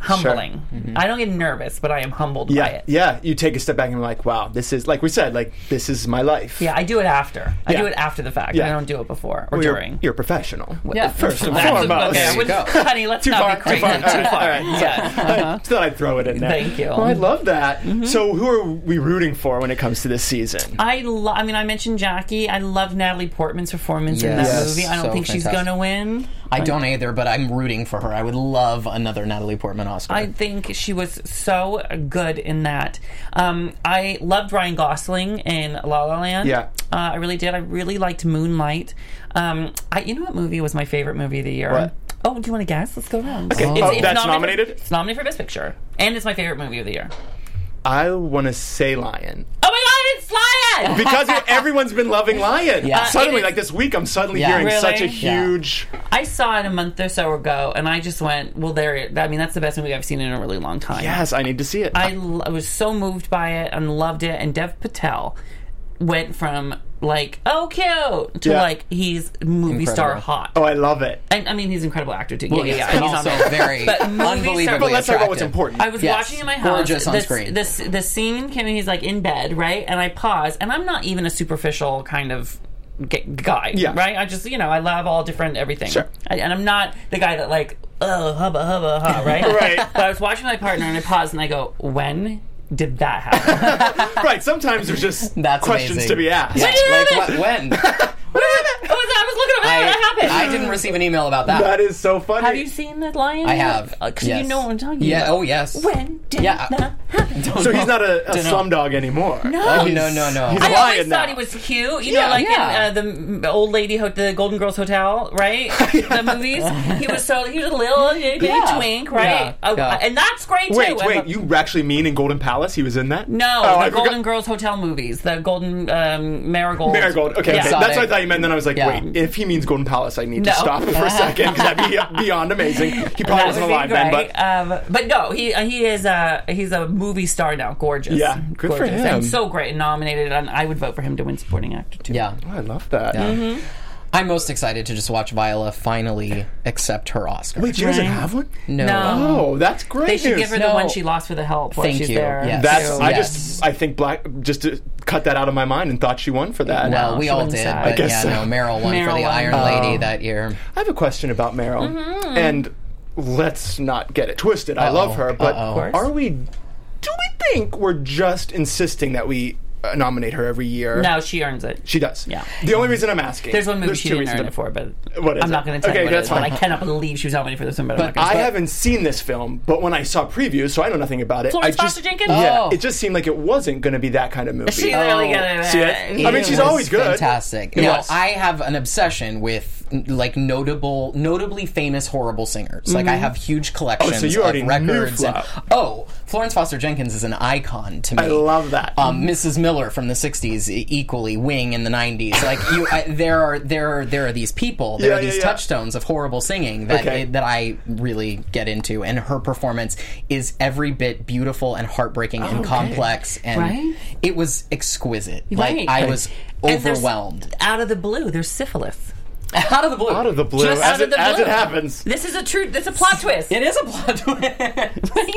Speaker 4: Humbling. I don't get nervous, but I am humbled by
Speaker 1: Mm-hmm. yeah,
Speaker 4: it.
Speaker 1: yeah. You take a step back and you're like, wow, this is like we said, like this is my life.
Speaker 4: Yeah, I do it after. I
Speaker 1: Yeah.
Speaker 4: do it after the fact.
Speaker 1: Yeah.
Speaker 4: I don't do it before or
Speaker 1: Well, you're,
Speaker 4: during.
Speaker 1: you're a professional.
Speaker 3: Yeah.
Speaker 1: first and
Speaker 4: That's-
Speaker 1: foremost.
Speaker 4: okay, I
Speaker 3: There you
Speaker 4: wouldn't-
Speaker 3: go.
Speaker 4: honey, let's
Speaker 1: Too
Speaker 4: not
Speaker 1: far,
Speaker 4: be
Speaker 1: too
Speaker 4: crazy.
Speaker 1: far. All right,
Speaker 4: Yeah.
Speaker 1: I thought I'd throw it in there.
Speaker 4: Thank you.
Speaker 1: Well, I love that. So, who are we rooting for when it comes to this season?
Speaker 4: I lo- I mean, I mentioned Jackie. I love Natalie Portman's performance in that
Speaker 3: Yes.
Speaker 4: movie. I don't
Speaker 3: So
Speaker 4: think she's
Speaker 3: fantastic.
Speaker 4: going to win.
Speaker 3: I don't either, but I'm rooting for her. I would love another Natalie Portman Oscar.
Speaker 4: I think she was so good in that. Um, I loved Ryan Gosling in La La Land.
Speaker 1: Yeah.
Speaker 4: uh, I really did. I really liked Moonlight. Um, I, you know what movie was my favorite movie of the year?
Speaker 1: What?
Speaker 4: Oh, do you want to guess? Let's go around. Okay.
Speaker 1: Oh, that's nominated?
Speaker 4: it's nominated for Best Picture, and it's my favorite movie of the year.
Speaker 1: I want to say Lion.
Speaker 4: Oh my God! It's Lion.
Speaker 1: Because it- everyone's been loving Lion.
Speaker 3: Yeah.
Speaker 1: Suddenly,
Speaker 4: It is-
Speaker 1: like this week, I'm suddenly
Speaker 3: Yeah.
Speaker 1: hearing such a
Speaker 4: Really?
Speaker 3: Yeah.
Speaker 1: huge.
Speaker 4: I saw it a month or so ago, and I just went, "Well, there." it- I mean, that's the best movie I've seen in a really long time.
Speaker 1: Yes, I need to see it.
Speaker 4: I, l- I was so moved by it and loved it. And Dev Patel went from like oh cute to
Speaker 1: Yeah.
Speaker 4: like he's movie star
Speaker 3: Incredible.
Speaker 4: hot.
Speaker 1: Oh, I love it.
Speaker 4: And I mean, he's an incredible actor too.
Speaker 3: Well,
Speaker 4: yeah,
Speaker 3: yes,
Speaker 4: yeah,
Speaker 3: but
Speaker 4: he's on
Speaker 3: also
Speaker 4: there.
Speaker 3: very
Speaker 4: But movie star-
Speaker 3: unbelievably
Speaker 4: But
Speaker 1: Let's talk about what's
Speaker 3: attractive.
Speaker 1: important.
Speaker 4: I was
Speaker 3: Yes.
Speaker 4: watching in my house.
Speaker 3: Gorgeous on
Speaker 4: this,
Speaker 3: screen.
Speaker 4: This the scene came. He's like in bed, right? And I pause, and I'm not even a superficial kind of g- guy,
Speaker 1: Yeah.
Speaker 4: right? I just you know I love all different everything,
Speaker 1: Sure.
Speaker 4: I, and I'm not the guy that like oh hubba hubba ha, right?
Speaker 1: Right.
Speaker 4: But I was watching my partner, and I paused, and I go, when did that happen?
Speaker 1: right. Sometimes there's just
Speaker 3: That's
Speaker 1: questions
Speaker 3: amazing.
Speaker 1: to be asked.
Speaker 3: Yeah,
Speaker 4: Wait,
Speaker 3: like what, when?
Speaker 4: What happened? I was, I was looking at
Speaker 3: I,
Speaker 4: that. happened.
Speaker 3: I didn't receive an email about that.
Speaker 1: That is so funny.
Speaker 4: Have you seen the lion?
Speaker 3: I have.
Speaker 4: Because
Speaker 3: yes.
Speaker 4: you know what I'm talking
Speaker 3: yeah,
Speaker 4: about.
Speaker 3: Oh yes.
Speaker 4: When did
Speaker 3: Yeah.
Speaker 4: that happen?
Speaker 1: so he's not a, a
Speaker 3: Dunno.
Speaker 1: slumdog anymore. No.
Speaker 3: Oh no no no.
Speaker 1: He's
Speaker 4: I always
Speaker 1: lying now.
Speaker 4: thought he was cute. You
Speaker 1: Yeah.
Speaker 4: know, like
Speaker 3: Yeah.
Speaker 4: in uh, the m- old lady, ho- the Golden Girls Hotel, right? the movies. He was so he was a little itty bitty
Speaker 3: Yeah.
Speaker 4: twink, right?
Speaker 3: Yeah.
Speaker 4: Uh,
Speaker 3: Yeah.
Speaker 4: and that's great
Speaker 1: Wait,
Speaker 4: too.
Speaker 1: wait. You actually mean in Golden Palace he was in that?
Speaker 4: no,
Speaker 1: Oh,
Speaker 4: the
Speaker 1: I forgot-
Speaker 4: Golden Girls Hotel movies, the Golden um, Marigold.
Speaker 1: Marigold. Okay, okay.
Speaker 3: Exotic.
Speaker 1: that's what I thought you meant. Then I was like,
Speaker 3: Yeah.
Speaker 1: wait, if he means Golden Palace, I need
Speaker 4: No.
Speaker 1: to stop for a second because that'd be beyond amazing. He probably
Speaker 4: That would
Speaker 1: wasn't
Speaker 4: be
Speaker 1: alive then,
Speaker 4: great.
Speaker 1: but
Speaker 4: um, but no, he uh, he is a he's a movie star now. Gorgeous,
Speaker 1: Yeah, good for
Speaker 4: gorgeous,
Speaker 1: him.
Speaker 4: and so great, and nominated, and I would vote for him to win supporting actor too.
Speaker 3: Yeah.
Speaker 1: Oh, I love that.
Speaker 3: I'm most excited to just watch Viola finally accept her Oscar.
Speaker 1: Wait, she doesn't have one?
Speaker 3: no.
Speaker 4: No.
Speaker 1: Oh, that's great.
Speaker 4: They should
Speaker 1: news.
Speaker 4: give her
Speaker 3: No.
Speaker 4: the one she lost for the help while
Speaker 3: Thank
Speaker 4: she's
Speaker 3: you.
Speaker 4: there.
Speaker 3: Yes.
Speaker 1: That's
Speaker 3: too.
Speaker 1: I
Speaker 3: Yes.
Speaker 1: just I think black just to cut that out of my mind and thought she won for that.
Speaker 3: Well, we
Speaker 4: she
Speaker 3: all
Speaker 4: wouldn't
Speaker 3: did,
Speaker 4: say. I
Speaker 3: but
Speaker 1: guess
Speaker 3: yeah,
Speaker 1: so.
Speaker 3: no, Meryl won
Speaker 4: Meryl
Speaker 3: for the
Speaker 4: won.
Speaker 3: Iron Lady that year.
Speaker 1: I have a question about Meryl,
Speaker 4: Mm-hmm.
Speaker 1: and let's not get it twisted. I love her, but
Speaker 3: Uh-oh. Of
Speaker 4: course.
Speaker 1: are we? Do we think we're just insisting that we uh, nominate her every year?
Speaker 4: No, she earns it.
Speaker 1: she does.
Speaker 4: Yeah.
Speaker 1: The only reason I'm asking.
Speaker 4: There's one movie she
Speaker 1: two
Speaker 4: didn't
Speaker 1: reasons
Speaker 4: earn
Speaker 1: I'm-
Speaker 4: it for, but
Speaker 1: What is
Speaker 4: I'm not
Speaker 1: it?
Speaker 4: going to tell
Speaker 1: Okay,
Speaker 4: you what it
Speaker 1: that's
Speaker 4: is. But I
Speaker 1: fine.
Speaker 4: cannot believe she was nominated for this one. But, I'm not
Speaker 1: I
Speaker 4: gonna
Speaker 1: haven't seen this film, but when I saw previews, so I know nothing about it.
Speaker 4: Florence
Speaker 1: I just,
Speaker 4: Foster Jenkins?
Speaker 1: Yeah,
Speaker 3: Oh.
Speaker 1: it just seemed like it wasn't going to be that kind of movie.
Speaker 4: She's
Speaker 1: Uh,
Speaker 4: really good.
Speaker 1: See it? I mean,
Speaker 3: It
Speaker 1: she's
Speaker 3: was
Speaker 1: always good.
Speaker 3: Fantastic.
Speaker 1: It
Speaker 3: now,
Speaker 1: was.
Speaker 3: I have an obsession with n- like notable, notably famous horrible singers. Like I have huge collections
Speaker 1: Mm-hmm. Oh, so you already
Speaker 3: of
Speaker 1: knew
Speaker 3: records. and,
Speaker 1: Flo.
Speaker 3: oh, Florence Foster Jenkins is an icon to me.
Speaker 1: I love that.
Speaker 3: Um, Mrs. Miller from the '60s, e- equally Wing in the '90s. Like you, I, there are there are there are these people, there
Speaker 1: Yeah,
Speaker 3: are
Speaker 1: yeah,
Speaker 3: these
Speaker 1: yeah.
Speaker 3: touchstones of horrible singing that
Speaker 1: Okay.
Speaker 3: that I really get into, and her performance is every bit beautiful and heartbreaking and complex, and
Speaker 4: Right?
Speaker 3: it was exquisite.
Speaker 4: Right.
Speaker 3: Like I was
Speaker 4: And there's-
Speaker 3: overwhelmed.
Speaker 4: Out of the blue, there's syphilis.
Speaker 3: Out of the blue.
Speaker 1: out of the blue,
Speaker 4: Just
Speaker 1: as,
Speaker 4: out of
Speaker 1: it,
Speaker 4: the
Speaker 1: as
Speaker 4: blue.
Speaker 1: it happens.
Speaker 4: This is a true. This is a plot twist.
Speaker 3: It is a plot twist.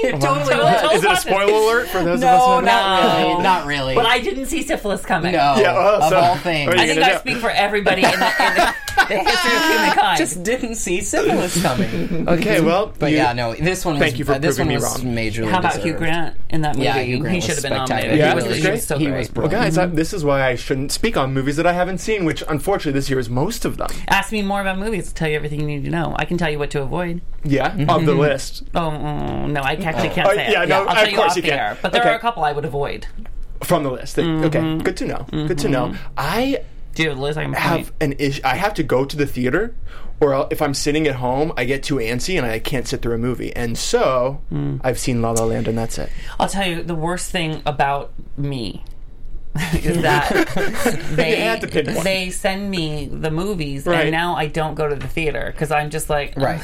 Speaker 4: It totally
Speaker 3: was.
Speaker 4: was.
Speaker 1: Is it a spoiler alert for those of us?
Speaker 3: no,
Speaker 1: who haven't-
Speaker 3: not
Speaker 4: No.
Speaker 3: really. Not really.
Speaker 4: But I didn't see syphilis coming.
Speaker 3: no,
Speaker 1: Yeah, uh, well,
Speaker 3: of
Speaker 1: so-
Speaker 3: all things.
Speaker 1: What are
Speaker 4: I
Speaker 1: you
Speaker 4: think
Speaker 1: gonna
Speaker 4: I
Speaker 1: do?
Speaker 4: speak for everybody in the, in the, the history of humankind.
Speaker 3: just didn't see syphilis coming.
Speaker 1: Okay, well,
Speaker 3: But
Speaker 1: you-
Speaker 3: yeah, no, this one.
Speaker 1: Thank
Speaker 3: was,
Speaker 1: you for
Speaker 3: uh, this one
Speaker 1: proving me
Speaker 3: was
Speaker 1: wrong.
Speaker 3: Majorly
Speaker 4: How about
Speaker 3: deserved.
Speaker 4: Hugh Grant in that movie?
Speaker 3: Yeah, Hugh Grant
Speaker 4: he
Speaker 3: was
Speaker 4: should have been
Speaker 3: spectacular.
Speaker 4: nominated.
Speaker 1: Yeah,
Speaker 4: he was,
Speaker 1: he was
Speaker 4: he
Speaker 1: great.
Speaker 4: was so
Speaker 3: He
Speaker 4: great.
Speaker 3: was
Speaker 1: Well,
Speaker 3: brilliant.
Speaker 1: guys, I, this is why I shouldn't speak on movies that I haven't seen, which unfortunately this year is most of them.
Speaker 4: Ask me more about movies. I'll tell you everything you need to know. I can tell you what to avoid.
Speaker 1: Yeah, of the list.
Speaker 4: Oh, mm, no, I actually can't
Speaker 1: Oh,
Speaker 4: say it.
Speaker 1: yeah, no,
Speaker 4: I'll
Speaker 1: of
Speaker 4: tell you
Speaker 1: course
Speaker 4: off
Speaker 1: you
Speaker 4: the
Speaker 1: can.
Speaker 4: air. But there
Speaker 1: Okay.
Speaker 4: are a couple I would avoid.
Speaker 1: From the list. They- Okay, good to know. Good to know. I
Speaker 4: Do you have a list? I can point.
Speaker 1: have an issue. I have to go to the theater, or el- if I'm sitting at home, I get too antsy and I can't sit through a movie. And so I've seen La La Land, and that's it.
Speaker 4: I'll tell you the worst thing about me is that they
Speaker 1: had to pin one.
Speaker 4: they send me the movies
Speaker 1: Right.
Speaker 4: and now I don't go to the theater because I'm just like ugh.
Speaker 3: Right.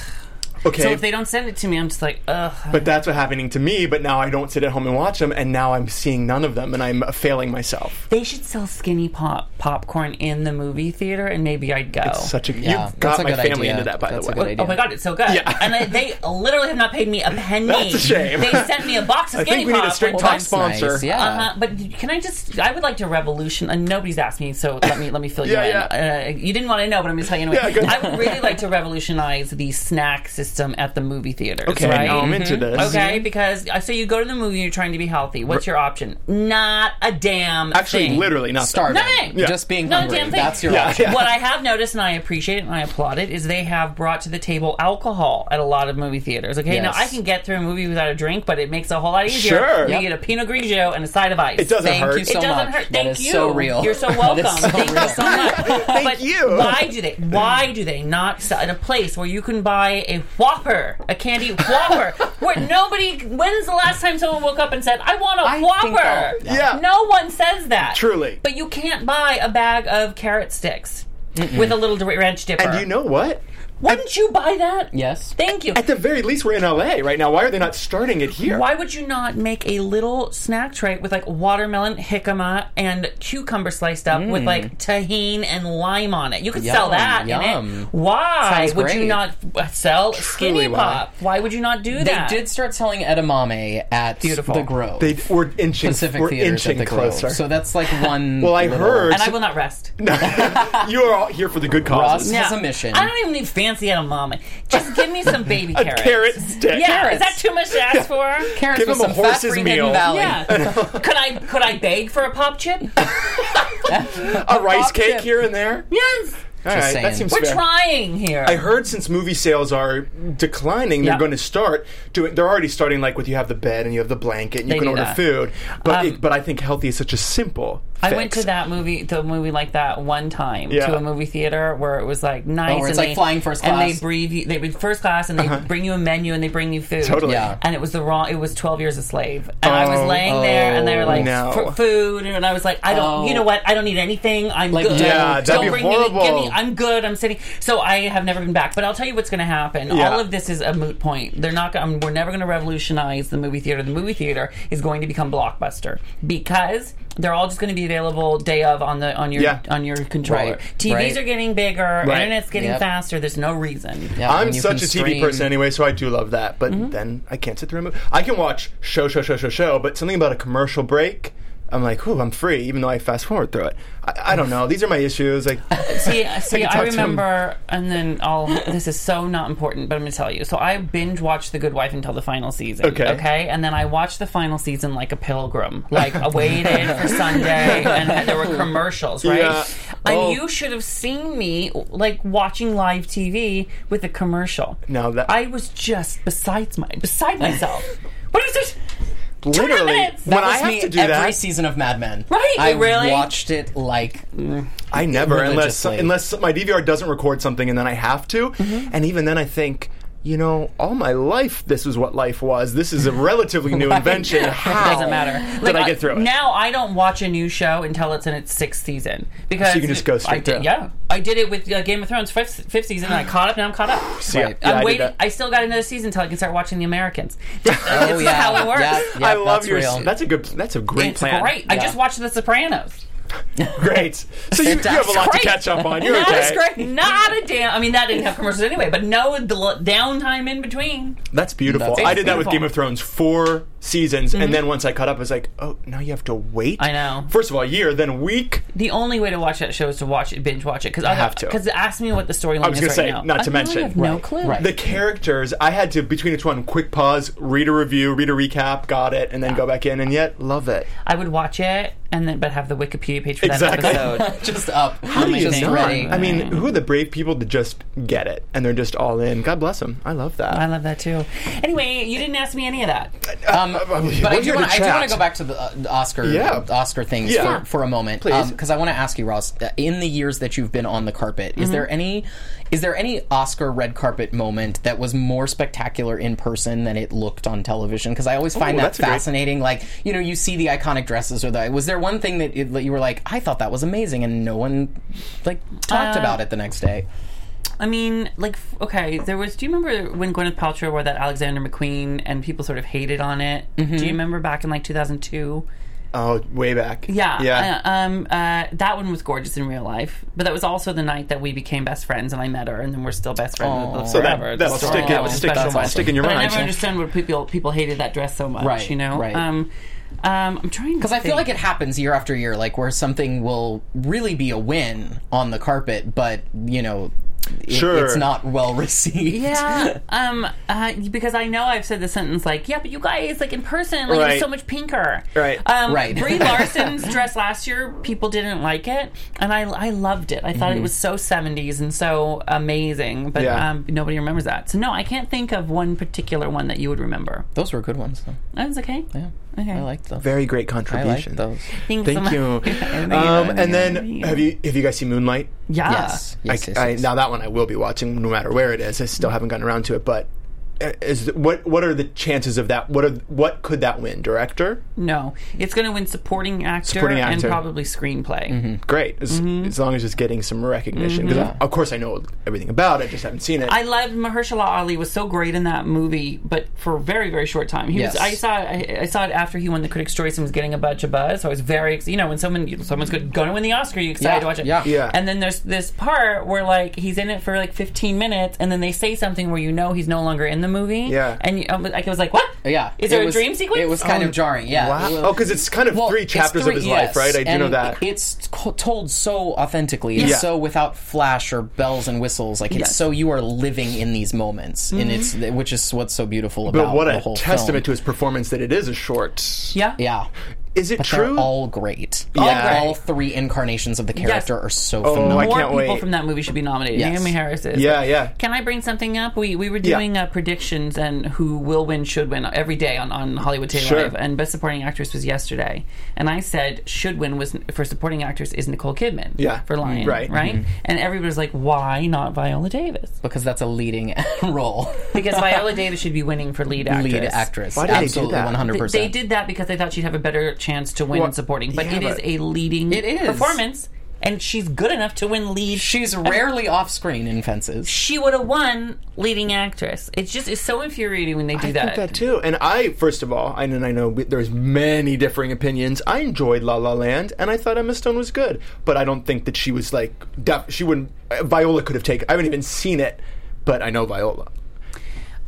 Speaker 1: Okay,
Speaker 4: So if they don't send it to me, I'm just like ugh.
Speaker 1: but that's what's happening to me. But now I don't sit at home and watch them, and now I'm seeing none of them, and I'm uh, failing myself.
Speaker 4: they should sell skinny pop popcorn in the movie theater and maybe I'd go.
Speaker 1: Such a
Speaker 3: Yeah,
Speaker 1: you've
Speaker 3: that's
Speaker 1: got
Speaker 3: a
Speaker 1: my
Speaker 3: good
Speaker 1: family
Speaker 3: idea.
Speaker 1: into that, by
Speaker 3: That's a
Speaker 1: the
Speaker 3: good
Speaker 1: way.
Speaker 3: idea.
Speaker 4: Oh my god, it's so good!
Speaker 1: Yeah.
Speaker 4: And they, they literally have not paid me a penny.
Speaker 1: That's a shame.
Speaker 4: They sent me a box of
Speaker 1: I
Speaker 4: skinny
Speaker 1: think we need a
Speaker 4: pop
Speaker 1: straight
Speaker 4: one
Speaker 1: talk
Speaker 4: time.
Speaker 3: That's nice,
Speaker 1: sponsor.
Speaker 3: Yeah.
Speaker 4: Uh-huh. But can I just? I would like to revolution. And nobody's asked me, so let me let me fill you
Speaker 1: Yeah,
Speaker 4: in. Uh, you didn't want to know, but I'm going to tell you anyway.
Speaker 1: Yeah, good.
Speaker 4: I would really like to revolutionize the snack system at the movie theaters.
Speaker 1: Okay,
Speaker 4: right? Mm-hmm.
Speaker 1: now I'm into
Speaker 3: Mm-hmm.
Speaker 1: this.
Speaker 4: Okay, because uh, so you go to the movie, you're trying to be healthy. What's your option? Not a damn.
Speaker 1: Actually,
Speaker 4: thing.
Speaker 1: literally nothing.
Speaker 3: Starving.
Speaker 4: Nothing. Yeah.
Speaker 3: Just being
Speaker 4: Not a
Speaker 3: hungry.
Speaker 4: damn thing.
Speaker 3: That's your
Speaker 1: Yeah,
Speaker 3: option.
Speaker 1: yeah.
Speaker 4: What I have noticed, and I appreciate it and I applaud it, is they have brought to the table alcohol at a lot of movie theaters. Okay, now
Speaker 3: Yes.
Speaker 4: I can get through a movie without a drink, but it makes it a whole lot easier.
Speaker 1: Sure.
Speaker 4: You
Speaker 1: Yep.
Speaker 4: get a Pinot Grigio and a side of ice.
Speaker 1: It doesn't
Speaker 3: Thank
Speaker 1: hurt.
Speaker 3: you so
Speaker 4: it doesn't
Speaker 3: much.
Speaker 4: hurt.
Speaker 3: that
Speaker 4: Thank
Speaker 3: is
Speaker 4: you.
Speaker 3: so real.
Speaker 4: You're so
Speaker 3: That is
Speaker 4: welcome.
Speaker 3: so
Speaker 4: Thank
Speaker 3: real.
Speaker 4: you so much. Thank but
Speaker 1: you.
Speaker 4: Why do they? Why do they not sell in a place where you can buy a Whopper, a candy Whopper, where nobody? When's the last time someone woke up and said, "I want a
Speaker 3: I think
Speaker 4: Whopper"?
Speaker 3: I'll-
Speaker 1: Yeah.
Speaker 4: No one says that.
Speaker 1: Truly.
Speaker 4: But you can't buy a bag of carrot sticks with a little dr- ranch dipper.
Speaker 1: And you know what?
Speaker 4: Wouldn't you buy that?
Speaker 3: Yes.
Speaker 4: Thank you.
Speaker 1: At the very least, we're in LA right now. Why are they not starting it here?
Speaker 4: Why would you not make a little snack tray with like watermelon, jicama, and cucumber sliced up with like tahine and lime on it? You could
Speaker 3: Mm.
Speaker 4: sell
Speaker 3: Yum,
Speaker 4: that in it.
Speaker 3: yum.
Speaker 4: Why
Speaker 3: Sounds
Speaker 4: would you
Speaker 3: great.
Speaker 4: not f- sell skinny
Speaker 1: why.
Speaker 4: pop? Why would you not do
Speaker 3: They
Speaker 4: that?
Speaker 3: did start selling edamame at
Speaker 4: Beautiful.
Speaker 3: the Grove.
Speaker 1: They we're inching,
Speaker 3: Pacific
Speaker 1: we're
Speaker 3: Theaters at
Speaker 1: inching
Speaker 3: the Grove.
Speaker 1: closer.
Speaker 3: So that's like one.
Speaker 1: well, I
Speaker 3: little-
Speaker 1: heard
Speaker 4: and I will not rest.
Speaker 1: you are all here for the good cause.
Speaker 3: Ross- has a mission.
Speaker 4: I don't even need fancy edamame. Just give me some baby
Speaker 1: A
Speaker 4: carrots.
Speaker 1: carrot stick.
Speaker 4: Yeah,
Speaker 3: Carrots.
Speaker 4: is that too much to ask for?
Speaker 3: Carrots
Speaker 1: Give
Speaker 3: with
Speaker 1: him a
Speaker 3: some fat-free
Speaker 1: horse's
Speaker 3: Hidden
Speaker 1: meal.
Speaker 3: Valley.
Speaker 4: Yeah. could I could I beg for a pop chip?
Speaker 1: A rice
Speaker 3: Pop
Speaker 1: cake
Speaker 3: chip.
Speaker 1: here and there.
Speaker 4: Yes.
Speaker 1: All right,
Speaker 3: saying.
Speaker 1: that seems
Speaker 4: We're
Speaker 1: fair.
Speaker 4: trying here.
Speaker 1: I heard since movie sales are declining,
Speaker 4: Yeah.
Speaker 1: they're going to start doing. They're already starting like with you have the bed and you have the blanket and you
Speaker 4: They
Speaker 1: can
Speaker 4: do
Speaker 1: order
Speaker 4: that.
Speaker 1: food. But
Speaker 4: Um,
Speaker 1: it, but I think healthy is such a simple.
Speaker 4: I went
Speaker 1: fix.
Speaker 4: to that movie, to a movie like that one time,
Speaker 1: Yeah.
Speaker 4: to a movie theater where it was like nice.
Speaker 3: Oh, where it's
Speaker 4: and
Speaker 3: like
Speaker 4: they-
Speaker 3: flying first
Speaker 4: And they
Speaker 3: class. Uh-huh.
Speaker 4: breathe you, they breathe first class and they bring you a menu and they bring you food.
Speaker 1: Totally.
Speaker 3: Yeah.
Speaker 4: And it was the wrong, it was 12 Years a Slave. And I
Speaker 1: Oh.
Speaker 4: was laying there and they were like,
Speaker 1: No.
Speaker 4: for food. And I was like, I don't, you
Speaker 3: Oh.
Speaker 4: know what? I don't need anything. I'm good.
Speaker 3: Yeah,
Speaker 4: don't,
Speaker 1: that'd be
Speaker 4: bring me, give
Speaker 1: horrible.
Speaker 4: me, I'm good. I'm sitting. So I have never been back. But I'll tell you what's going to happen.
Speaker 1: Yeah.
Speaker 4: All of this is a moot point. They're not going, we're never going to revolutionize the movie theater. The movie theater is going to become Blockbuster because they're all just going to be available day of on the on your
Speaker 1: Yeah.
Speaker 4: on your controller.
Speaker 3: Right,
Speaker 4: TVs
Speaker 3: right.
Speaker 4: are getting bigger, internet's getting
Speaker 3: Yep.
Speaker 4: faster. There's no reason.
Speaker 3: Yeah,
Speaker 1: I'm
Speaker 3: and you
Speaker 1: such
Speaker 3: can
Speaker 1: a TV
Speaker 3: stream-
Speaker 1: person anyway, so I do love that. But then I can't sit through a movie. I can watch show, show, show, show, show, but something about a commercial break. I'm like, ooh, I'm free, even though I fast forward through it. I, I don't know. These are my issues. Like,
Speaker 4: See, see,
Speaker 1: talk to
Speaker 4: I
Speaker 1: him.
Speaker 4: remember, and then I'll. This is so not important, but I'm going to tell you. So I binge watched The Good Wife until the final season.
Speaker 1: Okay.
Speaker 4: Okay. And then I watched the final season like a pilgrim, like I waited for Sunday, and, and there were commercials, right?
Speaker 1: Yeah.
Speaker 4: And
Speaker 1: Oh.
Speaker 4: you should have seen me like watching live TV with a commercial.
Speaker 1: No, that-
Speaker 4: I was just besides my beside myself. what is this?
Speaker 1: literally,
Speaker 4: minutes!
Speaker 1: when
Speaker 3: That
Speaker 1: I
Speaker 3: was
Speaker 1: have
Speaker 3: me
Speaker 1: to do
Speaker 3: every
Speaker 1: that,
Speaker 3: season of Mad Men.
Speaker 4: Right,
Speaker 3: I
Speaker 4: really?
Speaker 3: watched it like
Speaker 1: I never, unless
Speaker 3: religiously.
Speaker 1: unless my DVR doesn't record something and then I have to.
Speaker 4: Mm-hmm.
Speaker 1: And even then, I think. You know, all my life, this is what life was. This is a relatively new invention. How
Speaker 4: Doesn't matter. uh,
Speaker 1: Did I get through it?
Speaker 4: Now I don't watch a new show until it's in its sixth season because
Speaker 1: you can just go straight
Speaker 4: I did,
Speaker 1: through.
Speaker 4: Yeah, I did it with uh, Game of Thrones fifth, fifth season. And I caught up. Now I'm caught up.
Speaker 1: So, yeah,
Speaker 3: Right.
Speaker 1: yeah, I
Speaker 4: I'm
Speaker 1: did
Speaker 4: waiting.
Speaker 1: that.
Speaker 4: I still got another season until I can start watching The Americans. This
Speaker 3: oh
Speaker 4: is
Speaker 3: yeah,
Speaker 4: how it works.
Speaker 3: Yeah, yeah,
Speaker 1: I love
Speaker 3: that's
Speaker 1: your.
Speaker 3: real.
Speaker 1: That's a good. That's a great
Speaker 4: It's
Speaker 1: plan.
Speaker 4: great. I
Speaker 3: Yeah.
Speaker 4: just watched The Sopranos.
Speaker 1: Great. So you, you have a lot
Speaker 4: Great.
Speaker 1: to catch up on. You're
Speaker 4: Not
Speaker 1: okay.
Speaker 4: a script, not a damn. I mean, that didn't have commercials anyway, but no del- downtime in between.
Speaker 1: That's beautiful.
Speaker 3: That's
Speaker 1: I did that with
Speaker 4: beautiful. Mm-hmm.
Speaker 1: Game of Thrones four seasons, and then once I caught up, I was like, oh, now you have to wait.
Speaker 4: I know.
Speaker 1: First of all, year, then week.
Speaker 4: The only way to watch that show is to watch it, binge watch it, because
Speaker 1: have to.
Speaker 4: Because ask me what the storyline is.
Speaker 1: I was gonna
Speaker 4: right
Speaker 1: say,
Speaker 4: now.
Speaker 1: not
Speaker 4: I
Speaker 1: to
Speaker 4: really
Speaker 1: mention.
Speaker 4: have no clue.
Speaker 3: Right.
Speaker 1: The characters, I had to between each one, quick pause, read a review, read a recap, got it, and then go back in, and yet love it.
Speaker 4: I would watch it and then but have the Wikipedia page for
Speaker 1: Exactly.
Speaker 4: that episode.
Speaker 3: just up. How
Speaker 1: do you
Speaker 3: just
Speaker 1: not?
Speaker 3: ready?
Speaker 1: I mean, who are the brave people that just get it and they're just all in? God bless them. I love that.
Speaker 4: I love that too. Anyway, you didn't ask me any of that.
Speaker 3: Um, but I
Speaker 1: we're here
Speaker 3: do, wanna,
Speaker 1: to
Speaker 3: I do
Speaker 1: chat.
Speaker 3: want to go back to the uh, the Oscar
Speaker 1: Yeah.
Speaker 3: Oscar things
Speaker 1: Yeah.
Speaker 3: for, for a moment,
Speaker 1: Please.
Speaker 3: because I want to ask you, Ross. uh, In the years that you've been on the carpet, is there any is there any Oscar red carpet moment that was more spectacular in person than it looked on television? Because I always find that
Speaker 1: that's a great-
Speaker 3: fascinating. Like you know, you see the iconic dresses, or the was there one thing that, it, that you were like, I thought that was amazing, and no one like talked about it the next day.
Speaker 4: I mean, like, f- okay, there was. Do you remember when Gwyneth Paltrow wore that Alexander McQueen and people sort of hated on it?
Speaker 1: Mm-hmm.
Speaker 4: Do you remember back in like 2002?
Speaker 1: Oh, way back.
Speaker 4: Yeah,
Speaker 1: Yeah.
Speaker 4: Uh, um, uh, that one was gorgeous in real life, but that was also the night that we became best friends, and I met her, and then we're still best friends.
Speaker 3: Aw.
Speaker 4: forever.
Speaker 1: so that,
Speaker 4: It's
Speaker 1: that'll
Speaker 4: so
Speaker 1: stick, that'll
Speaker 4: nice.
Speaker 1: stick,
Speaker 4: That's
Speaker 1: that'll
Speaker 4: awesome.
Speaker 1: stick in your
Speaker 4: But
Speaker 1: mind.
Speaker 4: I never understand what people people hated that dress so much.
Speaker 3: Right,
Speaker 4: You know,
Speaker 3: right.
Speaker 4: Um, um, I'm trying
Speaker 3: Because
Speaker 4: because
Speaker 3: I feel like it happens year after year, like where something will really be a win on the carpet, but you know, it-
Speaker 1: Sure.
Speaker 3: it's not well received.
Speaker 4: Yeah. um. Uh, because I know I've said the sentence like, yeah, but you guys like in person, like it
Speaker 1: Right.
Speaker 4: was so much pinker.
Speaker 1: Right.
Speaker 4: Um,
Speaker 3: Right.
Speaker 4: Brie Larson's dress last year, people didn't like it, and I I loved it. I thought it was so seventies and so amazing, but
Speaker 1: Mm-hmm. Yeah.
Speaker 4: um, nobody remembers that. So no, I can't think of one particular one that you would remember.
Speaker 3: Those were good ones, though.
Speaker 4: That was okay.
Speaker 3: Yeah.
Speaker 4: Okay.
Speaker 3: I liked those.
Speaker 1: Very great
Speaker 3: I
Speaker 1: contribution.
Speaker 3: liked those.
Speaker 4: Thank,
Speaker 1: Thank you. um, and then have you have you guys seen Moonlight?
Speaker 4: Yeah.
Speaker 3: Yes. Yes.
Speaker 1: Ah. I,
Speaker 3: yes,
Speaker 1: I,
Speaker 3: yes.
Speaker 1: now that one I will be watching no matter where it is. I still haven't gotten around to it, but uh, is what what are the chances of that? What are what could that win? Director?
Speaker 4: No, it's going to win supporting actor,
Speaker 1: Supporting
Speaker 4: and
Speaker 1: actor.
Speaker 4: probably screenplay.
Speaker 3: Mm-hmm.
Speaker 1: Great, as, as long as it's getting some recognition. Because of course I know everything about it, I just haven't seen it.
Speaker 4: I loved Mahershala Ali was so great in that movie, but for a very very short time. He
Speaker 3: Yes.
Speaker 4: was, I saw I, I saw it after he won the Critics' Choice and was getting a bunch of buzz. So I was very ex- you know when someone someone's going to win the Oscar, you excited
Speaker 3: Yeah,
Speaker 4: to watch it.
Speaker 3: yeah.
Speaker 1: Yeah.
Speaker 4: And then there's this part where like he's in it for like 15 minutes, and then they say something where you know he's no longer in the movie.
Speaker 1: Yeah.
Speaker 4: And you, I was like, I was like, what?
Speaker 3: Yeah.
Speaker 4: Is there
Speaker 3: It
Speaker 4: a
Speaker 3: was-
Speaker 4: dream sequence? Um,
Speaker 3: It was kind of jarring. Yeah.
Speaker 1: wow. Oh, because it's kind of
Speaker 3: Well,
Speaker 1: three
Speaker 3: it's
Speaker 1: chapters
Speaker 3: three-
Speaker 1: of his life,
Speaker 3: yes,
Speaker 1: right? I do know
Speaker 3: and
Speaker 1: that.
Speaker 3: It's co- told so authentically, it's
Speaker 1: Yeah.
Speaker 3: so without flash or bells and whistles. Like it's
Speaker 4: Yes. Mm-hmm.
Speaker 3: so you are living in these moments, and it's which is what's so beautiful about
Speaker 1: but what
Speaker 3: the
Speaker 1: a
Speaker 3: whole
Speaker 1: testament to
Speaker 3: film.
Speaker 1: his performance that it is a short.
Speaker 4: Yeah.
Speaker 3: Yeah,
Speaker 1: Is it
Speaker 3: but
Speaker 1: true?
Speaker 3: they're all great.
Speaker 1: Yeah.
Speaker 3: All, all three incarnations of the character are so phenomenal.
Speaker 1: I
Speaker 4: More
Speaker 1: can't
Speaker 4: people
Speaker 1: wait.
Speaker 4: from that movie should be nominated.
Speaker 3: Yes.
Speaker 4: Naomi Harris is.
Speaker 1: Yeah, yeah.
Speaker 4: Can I bring something up? We we were
Speaker 1: Yeah.
Speaker 4: doing uh, predictions and who will win, should win every day on, on Hollywood Today
Speaker 1: Sure.
Speaker 4: Live, and Best Supporting Actress was yesterday. And I said should win was for supporting actress is Nicole Kidman.
Speaker 1: Yeah. Mm-hmm.
Speaker 4: for Lion.
Speaker 1: Right.
Speaker 4: Right. Right. And everybody's like, why not Viola Davis?
Speaker 3: because that's a leading role,
Speaker 4: Because Viola Davis should be winning for lead actress.
Speaker 3: lead actress.
Speaker 1: Why did they do
Speaker 3: Absolutely,
Speaker 1: that?
Speaker 3: one hundred
Speaker 4: Th- They
Speaker 3: percent.
Speaker 4: did that because they thought she'd have a better chance to win
Speaker 1: Well,
Speaker 4: in supporting, but
Speaker 1: yeah,
Speaker 4: it is
Speaker 1: but-
Speaker 4: a leading
Speaker 3: It is.
Speaker 4: performance, and she's good enough to win lead.
Speaker 3: She's rarely off screen in Fences.
Speaker 4: she would have won leading actress. It's just it's so infuriating when they do
Speaker 1: I
Speaker 4: that.
Speaker 1: think that too. And I, first of all, and I know we- there's many differing opinions. I enjoyed La La Land, and I thought Emma Stone was good, but I don't think that she was like def- she wouldn't. uh, Viola could have taken. I haven't even seen it, but I know Viola.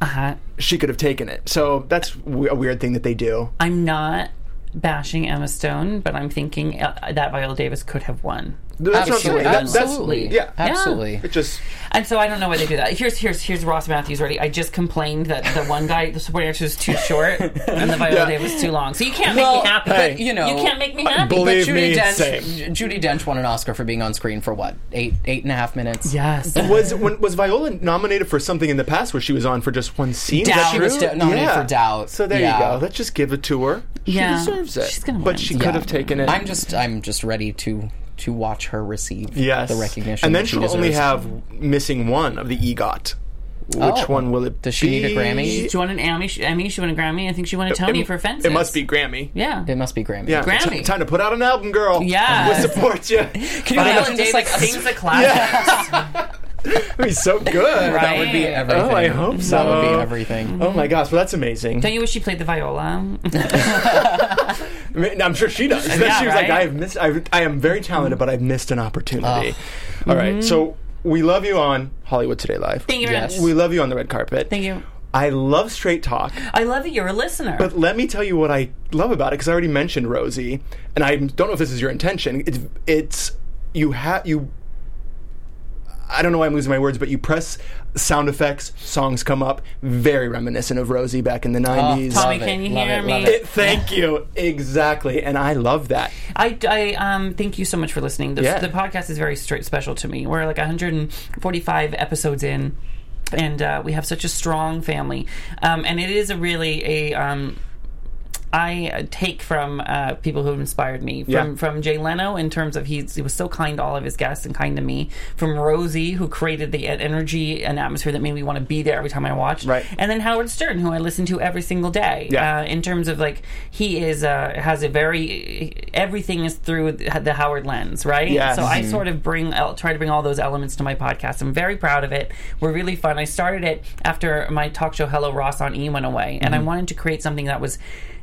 Speaker 4: Uh-huh.
Speaker 1: She could have taken it. So that's w- a weird thing that they do.
Speaker 4: I'm not bashing Emma Stone, but I'm thinking uh, that Viola Davis could have won.
Speaker 1: That's what I'm saying.
Speaker 3: Absolutely,
Speaker 1: That- that's-
Speaker 3: absolutely,
Speaker 1: yeah.
Speaker 3: absolutely.
Speaker 1: It just
Speaker 4: And so I don't know why they do that. Here's here's here's Ross Matthews already. I just complained that the one guy, the supporting actor, is too short and the Viola
Speaker 1: Yeah.
Speaker 4: Davis too long. So you can't
Speaker 3: Well,
Speaker 4: make me happy.
Speaker 3: but, you know,
Speaker 4: you can't make me happy.
Speaker 1: believe-
Speaker 3: But Judi
Speaker 1: me,
Speaker 3: Dench,
Speaker 1: same.
Speaker 3: J- Judi Dench won an Oscar for being on screen for what eight eight and a half minutes.
Speaker 4: yes.
Speaker 1: was when was Viola nominated for something in the past where she was on for just one scene. Is that
Speaker 3: Doubt. She was
Speaker 1: true?
Speaker 3: de- nominated for Doubt.
Speaker 1: So there
Speaker 3: Yeah.
Speaker 1: you go. Let's just give it to her.
Speaker 4: Yeah.
Speaker 1: She deserves it.
Speaker 4: She's gonna win.
Speaker 1: but she could
Speaker 3: Yeah.
Speaker 1: have taken it.
Speaker 3: I'm just I'm just ready to to watch her receive
Speaker 1: yes.
Speaker 3: the recognition.
Speaker 1: And then
Speaker 3: that she
Speaker 1: she'll only
Speaker 3: deserves.
Speaker 1: have missing one of the EGOT. Which
Speaker 3: Oh.
Speaker 1: one will it
Speaker 3: Does she need a
Speaker 1: be?
Speaker 3: Grammy?
Speaker 4: she won an Emmy. She, Emmy. She won a Grammy. I think she won a Tony
Speaker 1: it,
Speaker 4: for Fences.
Speaker 1: It must be Grammy.
Speaker 4: Yeah.
Speaker 3: It must be Grammy.
Speaker 1: Yeah.
Speaker 4: Grammy.
Speaker 1: T- time to put out an album, girl.
Speaker 4: Yeah.
Speaker 1: We support you.
Speaker 3: you
Speaker 4: Viola
Speaker 3: imagine
Speaker 4: Davis
Speaker 3: just, like, a-
Speaker 4: sings the classics.
Speaker 1: That'd be so good.
Speaker 4: Right.
Speaker 3: That would be everything.
Speaker 1: Oh, I hope so.
Speaker 3: That would be everything.
Speaker 1: Oh my gosh, well that's amazing.
Speaker 4: Don't you wish she played the viola?
Speaker 1: I mean, I'm sure she does. she was like,
Speaker 4: right?
Speaker 1: I've missed. I, I am very talented, but I've missed an opportunity. All right, so we love you on Hollywood Today Live.
Speaker 4: Mm-hmm. Thank you very
Speaker 3: Yes.
Speaker 4: much.
Speaker 1: We love you on the red carpet.
Speaker 4: Thank you.
Speaker 1: I love straight talk.
Speaker 4: I love that you're a listener.
Speaker 1: But let me tell you what I love about it because I already mentioned Rosie, and I don't know if this is your intention. It's it's you have you. I don't know why I'm losing my words, but you press sound effects, songs come up, very reminiscent of Rosie back in the
Speaker 3: Oh,
Speaker 1: '90s.
Speaker 4: Tommy,
Speaker 3: Love it,
Speaker 4: can you
Speaker 3: love
Speaker 4: hear
Speaker 3: it,
Speaker 4: me?
Speaker 3: love
Speaker 1: It- thank you, exactly, and I love that.
Speaker 4: I, I um, thank you so much for listening. The,
Speaker 1: Yeah.
Speaker 4: the podcast is very stra- special to me. We're like 145 episodes in, and uh, we have such a strong family. Um, and it is a really a. Um, I take from uh, people who have inspired me from
Speaker 1: Yeah.
Speaker 4: from Jay Leno in terms of he's, he was so kind to all of his guests and kind to me from Rosie who created the en- energy and atmosphere that made me want to be there every time I watched
Speaker 1: Right.
Speaker 4: and then Howard Stern who I listen to every single day
Speaker 1: Yeah.
Speaker 4: uh, in terms of like he is uh, has a very everything is through the Howard lens right
Speaker 1: Yes. Mm-hmm.
Speaker 4: so I sort of bring I'll try to bring all those elements to my podcast I'm very proud of it we're really fun I started it after my talk show Hello Ross on E went away and
Speaker 1: Mm-hmm.
Speaker 4: I wanted to create something that was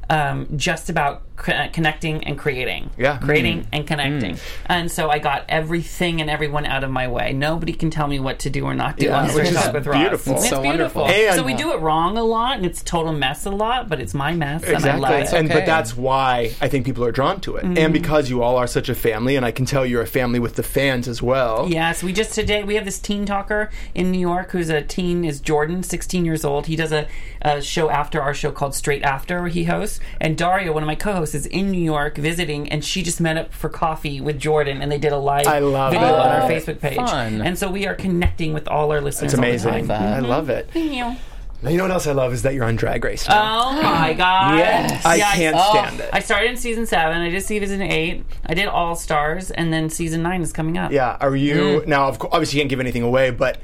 Speaker 4: um, just about c- uh, connecting and creating
Speaker 1: Yeah. Mm-hmm. Mm.
Speaker 4: creating and connecting and so I got everything and everyone out of my way nobody can tell me what to do or not do
Speaker 1: Yeah,
Speaker 4: on
Speaker 1: which
Speaker 4: Straight
Speaker 1: is
Speaker 4: Talk with Ross
Speaker 1: beautiful. It's
Speaker 4: it's
Speaker 3: so
Speaker 4: beautiful
Speaker 3: wonderful.
Speaker 4: so
Speaker 1: And-
Speaker 4: we do it wrong a lot and it's a total mess a lot but it's my mess and I love it
Speaker 1: And but
Speaker 3: okay.
Speaker 1: that's why I think people are drawn to it, and because you all are such a family, and I can tell you're a family with the fans as well.
Speaker 4: Yes, we just today we have this teen talker in New York who's a teen is Jordan, 16 years old. He does a, a show after our show called Straight After where he hosts. And Daria, one of my co-hosts, is in New York visiting, and she just met up for coffee with Jordan, and they did a live
Speaker 1: I love
Speaker 4: video
Speaker 1: that.
Speaker 4: on our Facebook page.
Speaker 3: Fun.
Speaker 4: And so we are connecting with all our listeners.
Speaker 1: It's amazing.
Speaker 4: All
Speaker 1: I love it.
Speaker 4: the time.
Speaker 1: Now, You know what else I love is that you're on Drag Race. Now.
Speaker 4: Oh my god!
Speaker 3: Yes.
Speaker 1: I
Speaker 4: Yeah,
Speaker 1: can't
Speaker 4: oh,
Speaker 1: stand it.
Speaker 4: I started in season seven. I did season eight. I did All Stars, and then season nine is coming up.
Speaker 3: Mm.
Speaker 1: yeah, are you now? Of course, obviously, you can't give anything away, but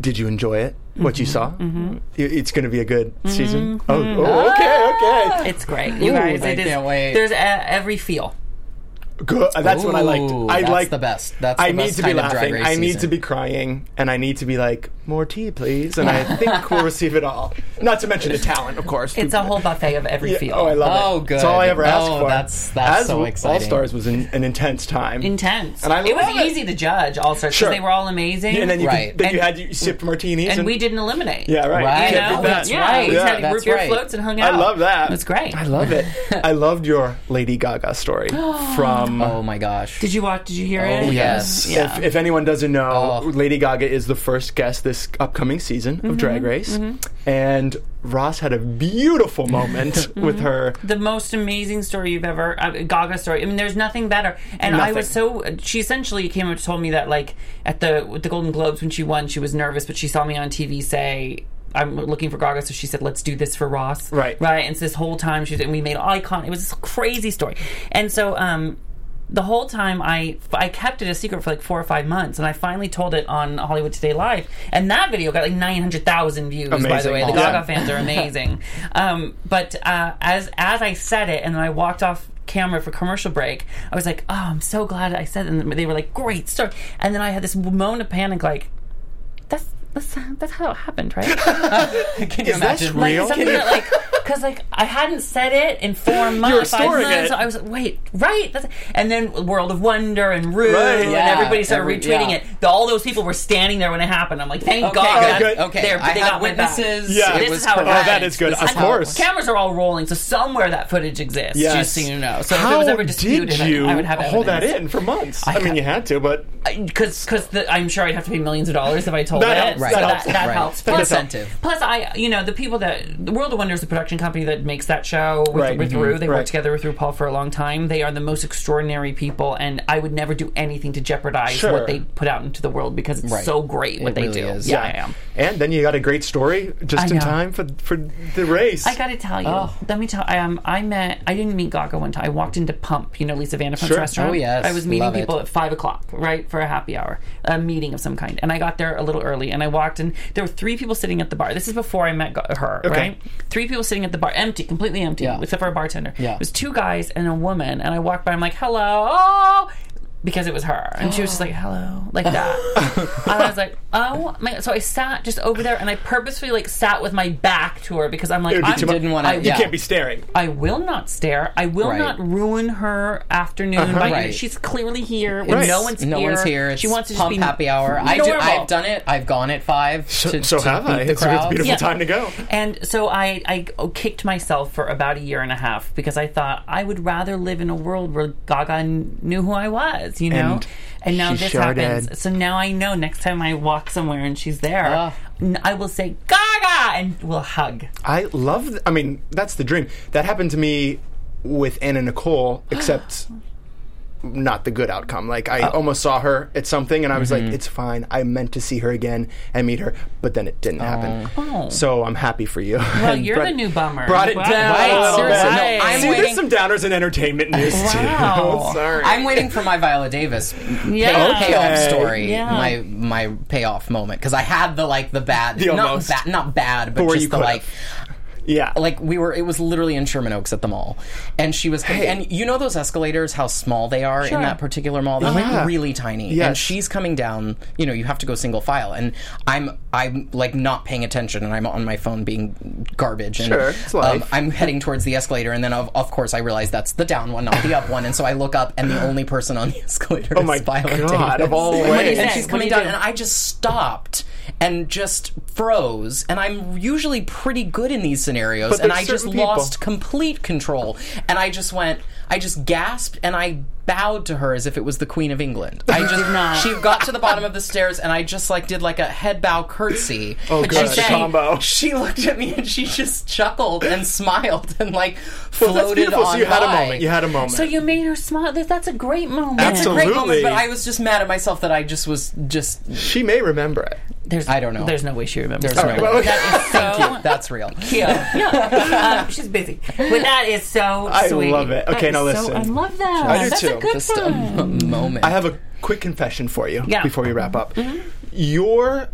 Speaker 1: Did you enjoy it? What
Speaker 3: Mm-hmm.
Speaker 1: you saw? I- It's going to be a good season. Oh, oh, okay,
Speaker 3: Ah!
Speaker 1: okay.
Speaker 4: It's great, you
Speaker 3: Ooh,
Speaker 4: guys.
Speaker 3: I
Speaker 4: it is-
Speaker 3: can't wait.
Speaker 4: There's a, every feel.
Speaker 1: Good. uh, That's what I liked.
Speaker 3: Ooh,
Speaker 1: I
Speaker 3: that's
Speaker 1: like
Speaker 3: the best. That's
Speaker 1: I
Speaker 3: the
Speaker 1: need
Speaker 3: best
Speaker 1: to be
Speaker 3: kind of Drag
Speaker 1: laughing.
Speaker 3: Race
Speaker 1: I need
Speaker 3: season.
Speaker 1: to be crying, and I need to be like, more tea, please. And I think we'll receive it all. Not to mention the talent, of course.
Speaker 4: It's a whole buffet of every
Speaker 1: Yeah,
Speaker 4: feel.
Speaker 1: Oh, I love it.
Speaker 3: Oh,
Speaker 1: That's all I
Speaker 3: good.
Speaker 1: ever asked
Speaker 3: Oh,
Speaker 1: for.
Speaker 3: that's- that's
Speaker 1: As
Speaker 3: so
Speaker 1: w-
Speaker 3: exciting.
Speaker 1: All Stars was an, an intense time.
Speaker 4: Intense.
Speaker 1: And I
Speaker 4: it was
Speaker 1: love it.
Speaker 4: easy to judge all sorts
Speaker 1: Sure.
Speaker 4: because they were all amazing.
Speaker 1: And then you,
Speaker 3: Right.
Speaker 1: could, then you had
Speaker 4: And-
Speaker 1: you sipped martinis,
Speaker 4: and we didn't eliminate.
Speaker 1: Yeah, right.
Speaker 3: Right.
Speaker 1: Can't
Speaker 4: You know,
Speaker 1: beat that.
Speaker 3: That's
Speaker 4: yeah, we
Speaker 1: right.
Speaker 4: just had
Speaker 1: Yeah.
Speaker 4: root
Speaker 3: That's
Speaker 4: beer
Speaker 3: right.
Speaker 4: floats and hung
Speaker 1: I
Speaker 4: out.
Speaker 1: love that.
Speaker 4: It's great.
Speaker 1: I love it. I loved your Lady Gaga story from.
Speaker 3: Oh my gosh.
Speaker 4: Did you watch? Did you hear
Speaker 3: Oh,
Speaker 4: it?
Speaker 3: yes.
Speaker 4: Yeah.
Speaker 1: If, if anyone doesn't know,
Speaker 3: Oh.
Speaker 1: Lady Gaga is the first guest this upcoming season
Speaker 4: Mm-hmm.
Speaker 1: of Drag Race, and Ross had a beautiful moment
Speaker 4: Mm-hmm.
Speaker 1: with her.
Speaker 4: the most amazing story you've ever uh, Gaga story. I mean, there's nothing better. And I
Speaker 1: Nothing.
Speaker 4: was so. She essentially came up and told me that like at the with the Golden Globes when she won, she was nervous, but she saw me on TV say. I'm looking for Gaga, so she said, "Let's do this for Ross."
Speaker 1: Right.
Speaker 4: right. And so this whole time, she was, and we made icon. It was this crazy story, and so um, the whole time I I kept it a secret for like four or five months, and I finally told it on Hollywood Today Live, and that video got like nine hundred thousand views. By the
Speaker 1: Amazing.
Speaker 4: way, the
Speaker 1: Awesome.
Speaker 4: Gaga fans are amazing. um, but uh, as as I said it, and then I walked off camera for commercial break, I was like, "Oh, I'm so glad I said." It. And they were like, "Great story," and then I had this moan of panic, like, "That's." That's, that's how it happened, right?
Speaker 3: Can you
Speaker 1: Is that
Speaker 3: imagine?
Speaker 1: real?
Speaker 4: Something that, like, because like I hadn't said it in four months, five
Speaker 1: storing it.
Speaker 4: months. I was like, wait, right? That's, and then World of Wonder and Rue
Speaker 1: Right.
Speaker 4: and
Speaker 1: Yeah,
Speaker 4: everybody started
Speaker 3: every-
Speaker 4: retweeting
Speaker 3: yeah.
Speaker 4: it. The- all those people were standing there when it happened. I'm like, thank
Speaker 3: Okay,
Speaker 4: God.
Speaker 3: good.
Speaker 4: that's-
Speaker 3: Oh, okay.
Speaker 4: they're-
Speaker 3: I
Speaker 4: they
Speaker 3: have
Speaker 4: got my back.
Speaker 3: witnesses.
Speaker 1: Yeah.
Speaker 3: It
Speaker 4: This
Speaker 3: was
Speaker 4: is how it
Speaker 3: correct.
Speaker 1: Oh, that is good.
Speaker 3: This
Speaker 1: Of
Speaker 3: how it
Speaker 1: course.
Speaker 3: worked.
Speaker 4: Cameras are all rolling, so somewhere that footage exists.
Speaker 1: Yes.
Speaker 4: Just so you know. So if it
Speaker 1: How
Speaker 4: was ever disputed,
Speaker 1: did you
Speaker 4: I would have
Speaker 1: hold that
Speaker 4: evidence.
Speaker 1: in for months? I, mean,
Speaker 4: ha-
Speaker 1: you had to, but
Speaker 4: because because I'm sure I'd have to pay millions of dollars if I told
Speaker 1: That
Speaker 4: it.
Speaker 1: helps, that
Speaker 4: so that,
Speaker 1: helps.
Speaker 4: that
Speaker 3: Right.
Speaker 4: helps.
Speaker 3: That
Speaker 4: Plus,
Speaker 3: incentive.
Speaker 4: Plus, I you know the people that the World of Wonder is the production company that makes that show with,
Speaker 1: Right.
Speaker 4: with
Speaker 1: Mhm.
Speaker 4: Rue. They
Speaker 1: Right.
Speaker 4: worked together with RuPaul for a long time. They are the most extraordinary people, and I would never do anything to jeopardize
Speaker 1: Sure.
Speaker 4: what they put out into the world because it's
Speaker 3: Right.
Speaker 4: so great what
Speaker 3: It
Speaker 4: they
Speaker 3: really
Speaker 4: do.
Speaker 3: is.
Speaker 4: Yeah,
Speaker 3: Yeah.
Speaker 4: I am.
Speaker 1: and then you got a great story just
Speaker 4: I
Speaker 1: in
Speaker 4: know.
Speaker 1: time for for the race.
Speaker 4: I gotta tell you.
Speaker 3: Oh.
Speaker 4: Let me tell. I um, I met. I didn't meet Gaga one time. I walked into Pump. You know Lisa Vanderpump's
Speaker 1: Sure.
Speaker 4: restaurant.
Speaker 3: Oh, yes.
Speaker 4: I was meeting
Speaker 3: Love it.
Speaker 4: people at five o'clock, right, for a happy hour, a meeting of some kind. And I got there a little early, and I walked in. There were three people sitting at the bar. This is before I met Ga- her, right? Three people sitting at the bar, empty, completely empty,
Speaker 3: Yeah.
Speaker 4: except for a bartender.
Speaker 3: Yeah.
Speaker 4: It was two guys and a woman, and I walked by. I'm like, hello. Because it was her, and she was just like, "Hello," like that. and I was like, "Oh my!" God. So I sat just over there, and I purposefully like sat with my back to her because I'm like,
Speaker 1: It would be
Speaker 4: I
Speaker 1: too much-
Speaker 3: didn't wanna-
Speaker 4: I-
Speaker 1: You
Speaker 3: yeah.
Speaker 1: can't be staring.
Speaker 4: I will not stare. I will
Speaker 3: Right.
Speaker 4: not ruin her afternoon.
Speaker 1: Uh-huh.
Speaker 4: by,
Speaker 3: Right.
Speaker 4: She's clearly here. when
Speaker 1: Right.
Speaker 4: No one's
Speaker 3: no
Speaker 4: here.
Speaker 3: one's here. It's
Speaker 4: She wants to just
Speaker 3: pump
Speaker 4: be
Speaker 3: happy hour. I do,
Speaker 4: normal.
Speaker 3: I've done it. I've gone at five.
Speaker 1: So,
Speaker 3: to,
Speaker 1: so
Speaker 3: to
Speaker 1: have
Speaker 3: beat
Speaker 1: I.
Speaker 3: The
Speaker 1: It's a
Speaker 3: crowds.
Speaker 1: beautiful
Speaker 4: Yeah.
Speaker 1: time to go.
Speaker 4: And so I, I kicked myself for about a year and a half because I thought I would rather live in a world where Gaga kn- knew who I was, you know.
Speaker 1: And
Speaker 4: And, now
Speaker 1: she
Speaker 4: this
Speaker 1: sure
Speaker 4: happens.
Speaker 1: did.
Speaker 4: So now I know next time I walk somewhere and she's there,
Speaker 3: Ah.
Speaker 4: n- I will say Gaga and we'll hug.
Speaker 1: I love. Th- I mean, that's the dream. That happened to me with Anna Nicole, except not the good outcome. Like
Speaker 4: Oh.
Speaker 1: I almost saw her at something, and I was
Speaker 4: Mm-hmm.
Speaker 1: like, "It's fine. I meant to see her again and meet her," but then it didn't happen.
Speaker 4: Oh.
Speaker 1: So I'm happy for you.
Speaker 4: Well, Oh, you're the new bummer.
Speaker 1: Brought it
Speaker 4: Wow.
Speaker 1: down. a little
Speaker 3: seriously.
Speaker 1: bit.
Speaker 3: No, I'm
Speaker 1: See,
Speaker 3: waiting-
Speaker 1: there's some downers in entertainment news
Speaker 4: Wow.
Speaker 1: too. Sorry.
Speaker 3: I'm waiting for my Viola Davis
Speaker 4: Yeah.
Speaker 3: pay- payoff
Speaker 1: Okay.
Speaker 3: story,
Speaker 4: Yeah.
Speaker 3: my my payoff moment because I had the like the bad,
Speaker 1: The
Speaker 3: not
Speaker 1: almost.
Speaker 3: bad, not bad, but
Speaker 1: where
Speaker 3: just
Speaker 1: you
Speaker 3: the
Speaker 1: could've.
Speaker 3: like
Speaker 1: yeah.
Speaker 3: like we were it was literally in Sherman Oaks at the mall and she was and you know those escalators how small they are in that particular mall they're
Speaker 1: Yeah.
Speaker 3: like really tiny and
Speaker 1: Yes.
Speaker 3: she's coming down you know you have to go single file and I'm I'm like not paying attention and I'm on my phone being garbage and um,
Speaker 1: Sure, it's life.
Speaker 3: I'm heading towards the escalator and then of, of course I realize that's the down one not the up one and so I look up and the only person on the escalator
Speaker 1: Oh
Speaker 3: is
Speaker 1: my
Speaker 3: Viola
Speaker 1: God,
Speaker 3: Davis.
Speaker 1: of all
Speaker 3: And
Speaker 1: ways.
Speaker 3: and
Speaker 4: What do
Speaker 3: she's
Speaker 4: you
Speaker 3: coming
Speaker 4: do?
Speaker 3: down and I just stopped and just froze and I'm usually pretty good in these scenarios
Speaker 1: But
Speaker 3: and I
Speaker 1: there's
Speaker 3: just
Speaker 1: certain people.
Speaker 3: lost complete control. And I just went, I just gasped and I bowed to her as if it was the Queen of England. I just,
Speaker 4: not.
Speaker 3: she got to the bottom of the stairs and I just like did like a head bow curtsy.
Speaker 1: Oh,
Speaker 3: And
Speaker 1: good.
Speaker 3: she-
Speaker 1: Combo.
Speaker 3: She looked at me and she just chuckled and smiled and like
Speaker 1: Well, that's
Speaker 3: floated
Speaker 1: beautiful.
Speaker 3: on
Speaker 1: So you had
Speaker 3: by.
Speaker 1: a moment. You had a moment.
Speaker 4: So you made her smile. That- That's a great moment.
Speaker 3: That's a great moment,
Speaker 1: Absolutely.
Speaker 3: but I was just mad at myself that I just was just.
Speaker 1: she may remember it.
Speaker 4: There's,
Speaker 3: I don't know.
Speaker 4: There's no way she remembers.
Speaker 3: There's no way.
Speaker 4: that.
Speaker 1: Well,
Speaker 4: That is so
Speaker 3: That's real.
Speaker 4: cute. No, um, she's busy, but that is so
Speaker 1: I
Speaker 4: sweet.
Speaker 1: love it. Okay,
Speaker 4: That
Speaker 1: now
Speaker 4: is so-
Speaker 1: listen.
Speaker 4: I love that.
Speaker 1: I do
Speaker 4: That's
Speaker 1: too.
Speaker 4: a good
Speaker 3: Just uh, a
Speaker 4: one.
Speaker 3: m- moment.
Speaker 1: I have a quick confession for you
Speaker 4: Yeah. Mm-hmm.
Speaker 1: before we wrap up. Your eh,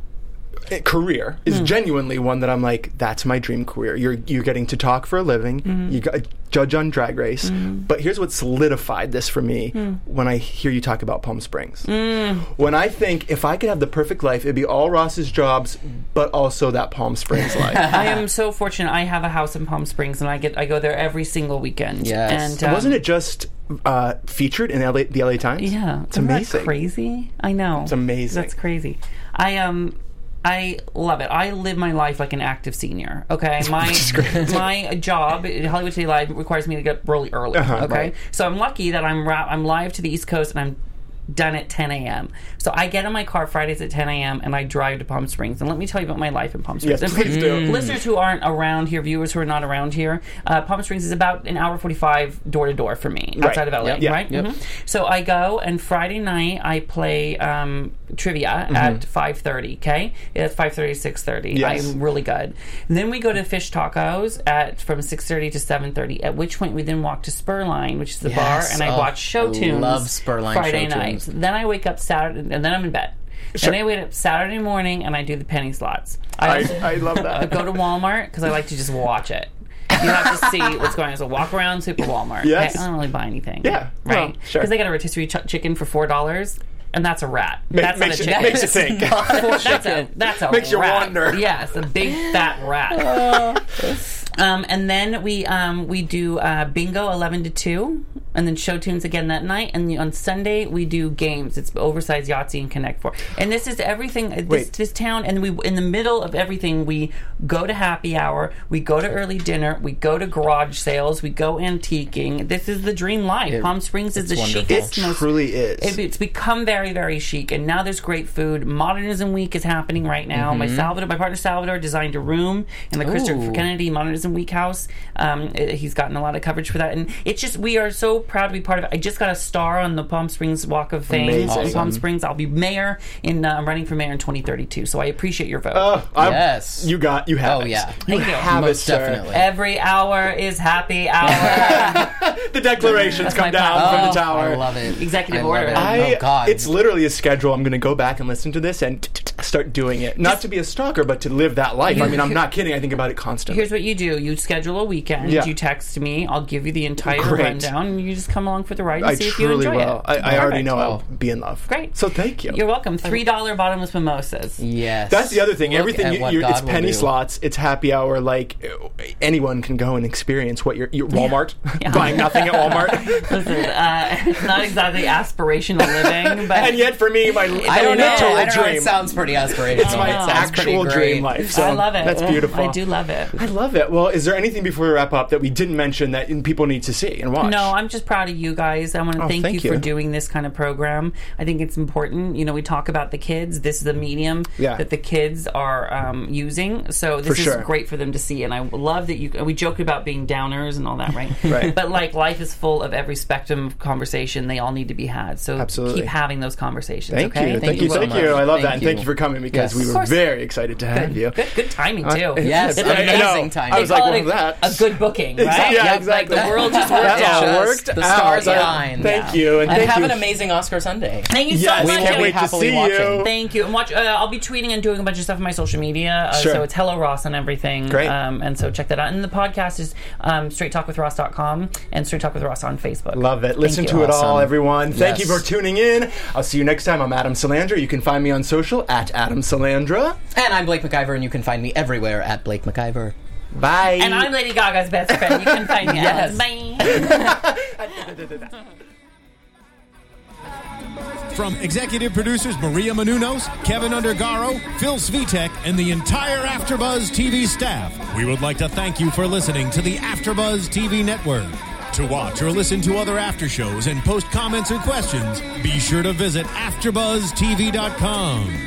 Speaker 1: career is
Speaker 4: Mm.
Speaker 1: genuinely one that I'm like, that's my dream career. You're you're getting to talk for a living.
Speaker 4: Mm-hmm.
Speaker 1: You got, judge on Drag Race. But here's what solidified this for me
Speaker 4: Mm.
Speaker 1: when I hear you talk about Palm Springs. When I think if I could have the perfect life, it'd be all Ross's jobs, but also that Palm Springs life.
Speaker 4: I am so fortunate. I have a house in Palm Springs, and I get I go there every single weekend.
Speaker 3: Yes.
Speaker 4: and
Speaker 1: And
Speaker 4: um,
Speaker 1: Wasn't it just uh, featured in LA, the LA Times?
Speaker 4: Yeah,
Speaker 1: it's
Speaker 4: Isn't that
Speaker 1: amazing.
Speaker 4: crazy. I know. It's
Speaker 1: amazing.
Speaker 4: That's crazy. I um. I love it. I live my life like an active senior. Okay, my my job at Hollywood City Live requires me to get up really early.
Speaker 1: Uh-huh,
Speaker 4: okay, so I'm lucky that I'm ra- I'm live to the East Coast and I'm done at 10 a.m. So I get in my car Fridays at 10 a.m. and I drive to Palm Springs. And let me tell you about my life in Palm Springs.
Speaker 1: Yes,
Speaker 4: And
Speaker 1: please do.
Speaker 4: listeners who aren't around here, viewers who are not around here, uh, Palm Springs is about an hour 45 door to door for me outside of LA,
Speaker 3: Yep. Yeah.
Speaker 4: right? Mhm. So I go and Friday night I play um, trivia
Speaker 3: Mm-hmm.
Speaker 4: at 5:30, okay? At 5:30 to 6:30.
Speaker 1: Yes.
Speaker 4: I'm really good. And then we go to Fish Tacos at from 6:30 to 7:30, at which point we then walk to Spurline, which is the bar,
Speaker 3: Yes.
Speaker 4: and I
Speaker 3: Oh,
Speaker 4: watch show
Speaker 3: I
Speaker 4: tunes.
Speaker 3: love Spurline
Speaker 4: Friday
Speaker 3: show
Speaker 4: nights.
Speaker 3: tunes.
Speaker 4: Then I wake up Saturday and then I'm in bed. Then I wake up Saturday morning and I do the penny slots.
Speaker 1: I,
Speaker 4: also-
Speaker 1: I love
Speaker 4: I
Speaker 1: that.
Speaker 4: go to Walmart because I like to just watch it. You have to see what's going on. So walk around Super Walmart.
Speaker 1: Yes.
Speaker 4: Okay, I don't really buy anything.
Speaker 1: Yeah,
Speaker 4: Right.
Speaker 1: well,
Speaker 4: Because
Speaker 1: sure.
Speaker 4: they got a rotisserie ch- chicken for four dollars, and that's a rat. that's
Speaker 1: makes
Speaker 4: not a
Speaker 1: you-
Speaker 4: chicken.
Speaker 1: makes you think.
Speaker 4: That's a- that's a that's a
Speaker 1: Makes you
Speaker 4: rat.
Speaker 1: wonder.
Speaker 4: Yeah, it's a big fat rat. um, and then we um, we do uh, bingo eleven to two, and then show tunes again that night. And on Sunday we do games. It's oversized Yahtzee and Connect Four. And this is everything. uh, This,
Speaker 1: Wait.
Speaker 4: this town, and we in the middle of everything. We go to happy hour. We go to early dinner. We go to garage sales. We go antiquing. This is the dream life. Palm Springs is the
Speaker 3: wonderful.
Speaker 4: chicest,
Speaker 1: It
Speaker 4: most
Speaker 1: truly is.
Speaker 4: it- it's become very, very chic, and now there's great food. Modernism Week is happening right now. My
Speaker 1: Mm-hmm.
Speaker 4: Salvador, my partner Salvador, designed a room in the Christopher Kennedy Modernism Week house. Um, it- he's gotten a lot of coverage for that, and it's just we are so proud to be part of it. I just got a star on the Palm Springs Walk of Fame.
Speaker 1: Amazing.
Speaker 4: in Palm Springs. I'll be mayor in. Uh, I'm running for mayor in 2032, so I appreciate your vote.
Speaker 1: Oh, I'm-
Speaker 3: Yes.
Speaker 1: You got. You have.
Speaker 3: Oh,
Speaker 1: it.
Speaker 3: yeah.
Speaker 1: You
Speaker 4: Thank you.
Speaker 1: have it,
Speaker 3: Most
Speaker 1: sir.
Speaker 3: definitely.
Speaker 4: Every hour is happy hour.
Speaker 1: The declarations come
Speaker 4: my
Speaker 1: down
Speaker 4: problem.
Speaker 1: from
Speaker 4: Oh,
Speaker 1: the tower.
Speaker 3: I love it.
Speaker 4: Executive
Speaker 3: I love
Speaker 4: order.
Speaker 3: it.
Speaker 1: I-
Speaker 3: oh God,
Speaker 1: It's literally a schedule. I'm going to go back and listen to this and start doing it. Not to be a stalker, but to live that life. I mean, I'm not kidding. I think about it constantly.
Speaker 4: Here's what you do: you schedule a weekend,
Speaker 1: Yeah.
Speaker 4: you text me, I'll give you the entire
Speaker 1: Great.
Speaker 4: rundown, and you just come along for the ride and
Speaker 1: I
Speaker 4: see if you
Speaker 1: truly
Speaker 4: enjoy
Speaker 1: will.
Speaker 4: it.
Speaker 1: I, I already
Speaker 4: Perfect.
Speaker 1: know I'll
Speaker 3: Oh.
Speaker 1: be in love.
Speaker 4: Great.
Speaker 1: So thank you.
Speaker 4: You're welcome. Three dollar bottomless mimosas.
Speaker 3: yes.
Speaker 1: That's the other thing.
Speaker 3: Look
Speaker 1: Everything
Speaker 3: at
Speaker 1: you,
Speaker 3: what
Speaker 1: you're, it's
Speaker 3: God will
Speaker 1: penny
Speaker 3: do.
Speaker 1: slots. It's happy hour. Like anyone can go and experience what you're. you're Walmart buying nothing at Walmart.
Speaker 4: Listen, uh, it's not exactly aspirational living, but
Speaker 1: and yet for me, my
Speaker 3: I don't know.
Speaker 1: literal
Speaker 3: I don't know.
Speaker 1: dream.
Speaker 3: It sounds pretty aspirational. It's
Speaker 1: my
Speaker 3: it sounds pretty
Speaker 1: actual
Speaker 3: great.
Speaker 1: dream life. So
Speaker 4: I love it.
Speaker 1: That's beautiful.
Speaker 4: I do love it.
Speaker 1: I love it. Well, is there anything before we wrap up that we didn't mention that people need to see and watch?
Speaker 4: No, I'm just proud of you guys. I want to
Speaker 1: Oh,
Speaker 4: thank,
Speaker 1: thank
Speaker 4: you, for
Speaker 1: you.
Speaker 4: doing this kind of program. I think it's important. You know, we talk about the kids. This is a medium
Speaker 1: Yeah.
Speaker 4: that the kids are um, using, so this is
Speaker 1: sure.
Speaker 4: great for them to see. And I love that you. and We joked about being downers and all that, right?
Speaker 1: Right.
Speaker 4: But like, life is full of every spectrum of conversation. They all need to be had. So
Speaker 1: Absolutely.
Speaker 4: keep having those conversations.
Speaker 1: Thank
Speaker 4: okay.
Speaker 1: you. Thank, you.
Speaker 3: so
Speaker 1: Thank
Speaker 3: much.
Speaker 1: you. I love
Speaker 3: Thank
Speaker 1: that. And thank
Speaker 3: you.
Speaker 1: you for coming because
Speaker 3: Yes.
Speaker 1: we
Speaker 3: Of
Speaker 1: were
Speaker 4: course.
Speaker 1: very excited to have you.
Speaker 4: Good, good
Speaker 1: Uh,
Speaker 4: timing too.
Speaker 3: Yes,
Speaker 1: I- I
Speaker 3: amazing
Speaker 1: know.
Speaker 3: timing.
Speaker 1: I was
Speaker 3: They
Speaker 1: like,
Speaker 4: Call
Speaker 1: well,
Speaker 4: it
Speaker 1: that.
Speaker 4: a, a good booking, right?
Speaker 1: Exactly. Yeah,
Speaker 4: Like,
Speaker 1: exactly.
Speaker 4: the world just
Speaker 1: That all
Speaker 4: worked out.
Speaker 3: Just
Speaker 1: worked
Speaker 3: the
Speaker 1: out.
Speaker 3: stars
Speaker 1: I-
Speaker 3: aligned.
Speaker 1: Thank
Speaker 3: Yeah.
Speaker 1: you. And
Speaker 3: And
Speaker 1: thank
Speaker 3: have
Speaker 1: you.
Speaker 3: an amazing Oscar Sunday.
Speaker 4: Thank you
Speaker 1: Yes,
Speaker 4: so
Speaker 1: we
Speaker 4: much.
Speaker 1: can't
Speaker 4: Ellie.
Speaker 1: wait to
Speaker 3: happily
Speaker 1: see
Speaker 3: watching.
Speaker 1: you.
Speaker 4: Thank you. And watch, uh, I'll be tweeting and doing a bunch of stuff on my social media. Uh,
Speaker 1: Sure.
Speaker 4: So it's Hello Ross on everything.
Speaker 1: Great.
Speaker 4: Um, and so check that out. And the podcast is um, straighttalkwithross.com and straight talk with Ross on Facebook.
Speaker 1: Love it. Listen
Speaker 4: you.
Speaker 1: to it all,
Speaker 3: Awesome.
Speaker 1: everyone. Thank you
Speaker 3: Yes.
Speaker 1: for tuning in. I'll see you next time. I'm Adam Salandra. You can find me on social at Adam Salandra.
Speaker 3: And I'm Blake McIver, and you can find me everywhere at Blake McIver.
Speaker 1: Bye.
Speaker 4: And I'm Lady Gaga's best friend. You can find me.
Speaker 3: Yes.
Speaker 4: Bye.
Speaker 2: From executive producers Maria Manunos, Kevin Undergaro, Phil Svitek, and the entire AfterBuzz TV staff, we would like to thank you for listening to the AfterBuzz TV network. To watch or listen to other after shows and post comments or questions, be sure to visit AfterBuzzTV.com.